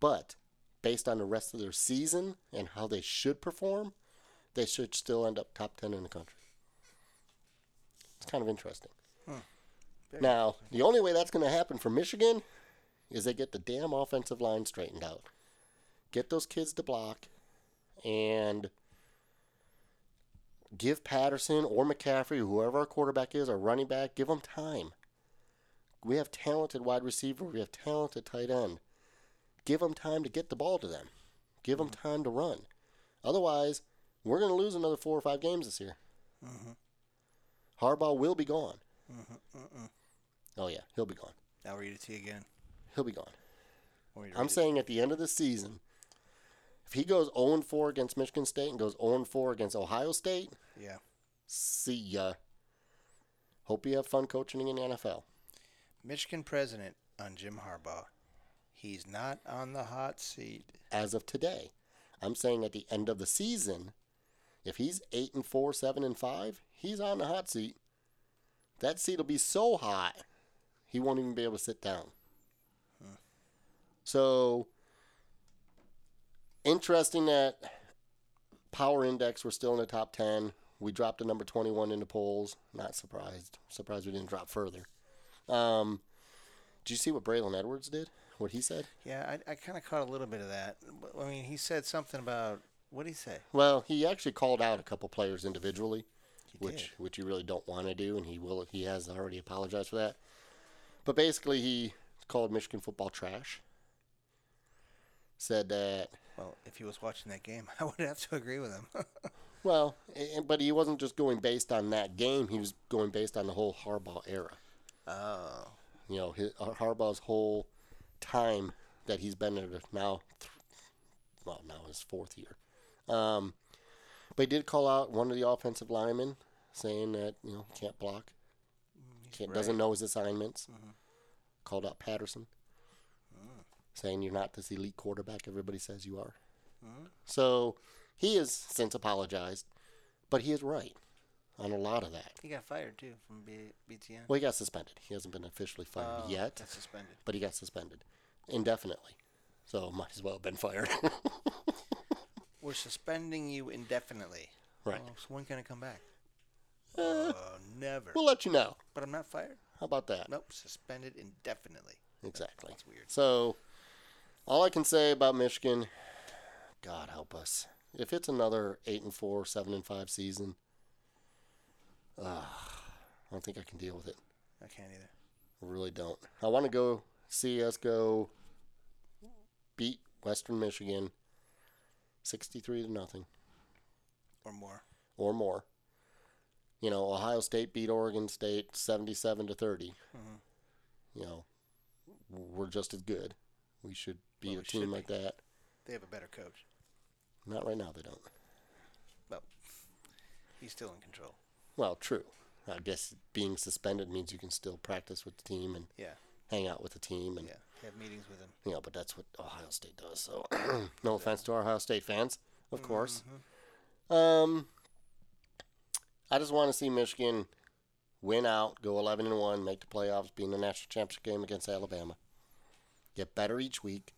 Speaker 1: but based on the rest of their season and how they should perform, they should still end up top 10 in the country. It's kind of interesting.
Speaker 2: Very
Speaker 1: Now, the only way that's going to happen for Michigan is they get the damn offensive line straightened out, get those kids to block, and give Patterson or McCaffrey, whoever our quarterback is, our running back, give them time. We have talented wide receiver, we have talented tight end. Give them time to get the ball to them, give them time to run. Otherwise, we're going to lose another four or five games this year. Harbaugh will be gone. Oh yeah, he'll be gone.
Speaker 2: I'll read it to you E again. E
Speaker 1: He'll be gone.
Speaker 2: Want me to
Speaker 1: I'm
Speaker 2: read it?
Speaker 1: saying at the end of the season, if he goes 0 4 against Michigan State and goes 0 4 against Ohio State,
Speaker 2: Yeah.
Speaker 1: see ya. Hope you have fun coaching in the NFL.
Speaker 2: Michigan president on Jim Harbaugh. He's not on the hot seat.
Speaker 1: As of today, I'm saying at the end of the season, if he's 8 and 4, 7 and 5, he's on the hot seat. That seat will be so hot, he won't even be able to sit down. So interesting that power index we're still in the top 10 we dropped to number 21 in the polls not surprised surprised we didn't drop further um did you see what braylon edwards did what he said
Speaker 2: Yeah, I, I kind of caught a little bit of that. W- I mean, he said something about what did he say?
Speaker 1: well he actually called out a couple players individually
Speaker 2: He
Speaker 1: which which you really don't want to do and he will he has already apologized for that but basically he called michigan football trash said that
Speaker 2: Well, if he was watching that game, I would have to agree with him.
Speaker 1: Well, a- but he wasn't just going based on that game. He was going based on the whole Harbaugh era.
Speaker 2: oh,
Speaker 1: You know, his, uh, Harbaugh's whole time that he's been there now. Th- well, now his fourth year. Um, but he did call out one of the offensive linemen, saying that you know can't block, can't, doesn't know his assignments. Called out Patterson, saying you're not this elite quarterback everybody says you are. So he has since apologized, but he is right on a lot of that.
Speaker 2: he got fired too from B- BTN.
Speaker 1: Well, he got suspended. He hasn't been officially fired
Speaker 2: Oh,
Speaker 1: yet,
Speaker 2: Got suspended.
Speaker 1: but he got suspended indefinitely. So might as well have been fired.
Speaker 2: We're suspending you indefinitely.
Speaker 1: right.
Speaker 2: Oh, so when can I come back?
Speaker 1: Uh,
Speaker 2: Oh, never.
Speaker 1: we'll let you know.
Speaker 2: But I'm not fired.
Speaker 1: How about that?
Speaker 2: Nope, suspended indefinitely.
Speaker 1: Exactly.
Speaker 2: That's weird.
Speaker 1: So all I can say about Michigan, God help us. If it's another eight and four, seven and five season, uh, I don't think I can deal with it.
Speaker 2: I can't either.
Speaker 1: I really don't. I want to go see us go beat Western Michigan 63 to nothing
Speaker 2: Or more.
Speaker 1: or more. You know, Ohio State beat Oregon State 77 to 30.
Speaker 2: Mhm.
Speaker 1: You know, we're just as good. We should beat
Speaker 2: Well,
Speaker 1: a
Speaker 2: we
Speaker 1: team
Speaker 2: should
Speaker 1: like that.
Speaker 2: They have a better coach.
Speaker 1: Not right now, they don't.
Speaker 2: Well, he's still in control.
Speaker 1: Well, true. I guess being suspended means you can still practice with the team and
Speaker 2: Yeah.
Speaker 1: hang out with the team and
Speaker 2: Yeah. Have meetings with him.
Speaker 1: you know, but that's what Ohio State does. So, no offense to our Ohio State fans, of course. Um, I just want to see Michigan win out, go 11 and one, make the playoffs, be in the national championship game against Alabama. Get better each week.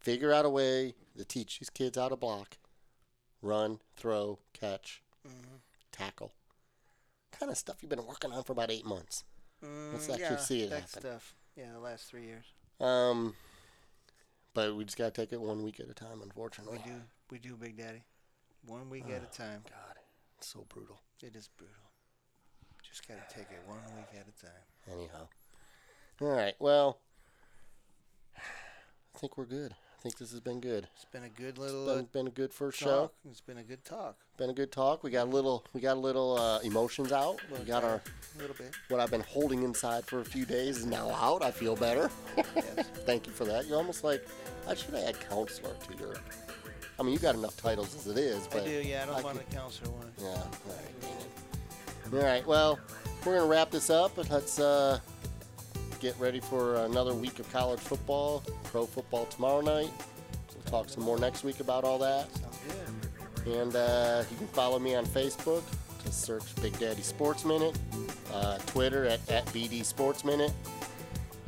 Speaker 1: Figure out a way to teach these kids how to block, run, throw, catch, tackle. Kind of stuff you've been working on for about eight months. Let's actually
Speaker 2: Mm, yeah,
Speaker 1: see it
Speaker 2: that
Speaker 1: happen.
Speaker 2: stuff. Yeah, the last three years.
Speaker 1: Um, but we just gotta take it one week at a time, unfortunately.
Speaker 2: We do. We do, Big Daddy. One week at
Speaker 1: Ah.
Speaker 2: a time.
Speaker 1: God, it's so brutal.
Speaker 2: It is brutal. Just gotta take it one week at a time.
Speaker 1: Anyhow, all right. Well, I think we're good. I think this has been good.
Speaker 2: It's been a good little uh,
Speaker 1: Been, been a good first show.
Speaker 2: talk. It's been a good talk.
Speaker 1: Been a good talk. We got a little. We got a little uh, emotions out. We got our
Speaker 2: A little bit.
Speaker 1: what I've been holding inside for a few days is now out. I feel better.
Speaker 2: Yes.
Speaker 1: Thank you for that. You're almost like I should add counselor to your. I mean, you got enough titles as it is,
Speaker 2: I
Speaker 1: but
Speaker 2: do. Yeah, I don't
Speaker 1: I
Speaker 2: want to counsel one.
Speaker 1: Yeah. All right. dang it. All right. Well, we're gonna wrap this up, but let's uh, get ready for another week of college football, pro football tomorrow night. We'll talk some more next week about all that.
Speaker 2: Sounds good.
Speaker 1: And uh, you can follow me on Facebook. Just search Big Daddy Sports Minute. Uh, Twitter at, at BD Sports Minute.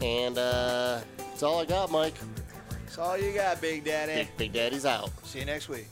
Speaker 1: And uh, that's all I got, Mike.
Speaker 2: That's all you got, Big Daddy.
Speaker 1: Big, Big Daddy's out.
Speaker 2: See you next week.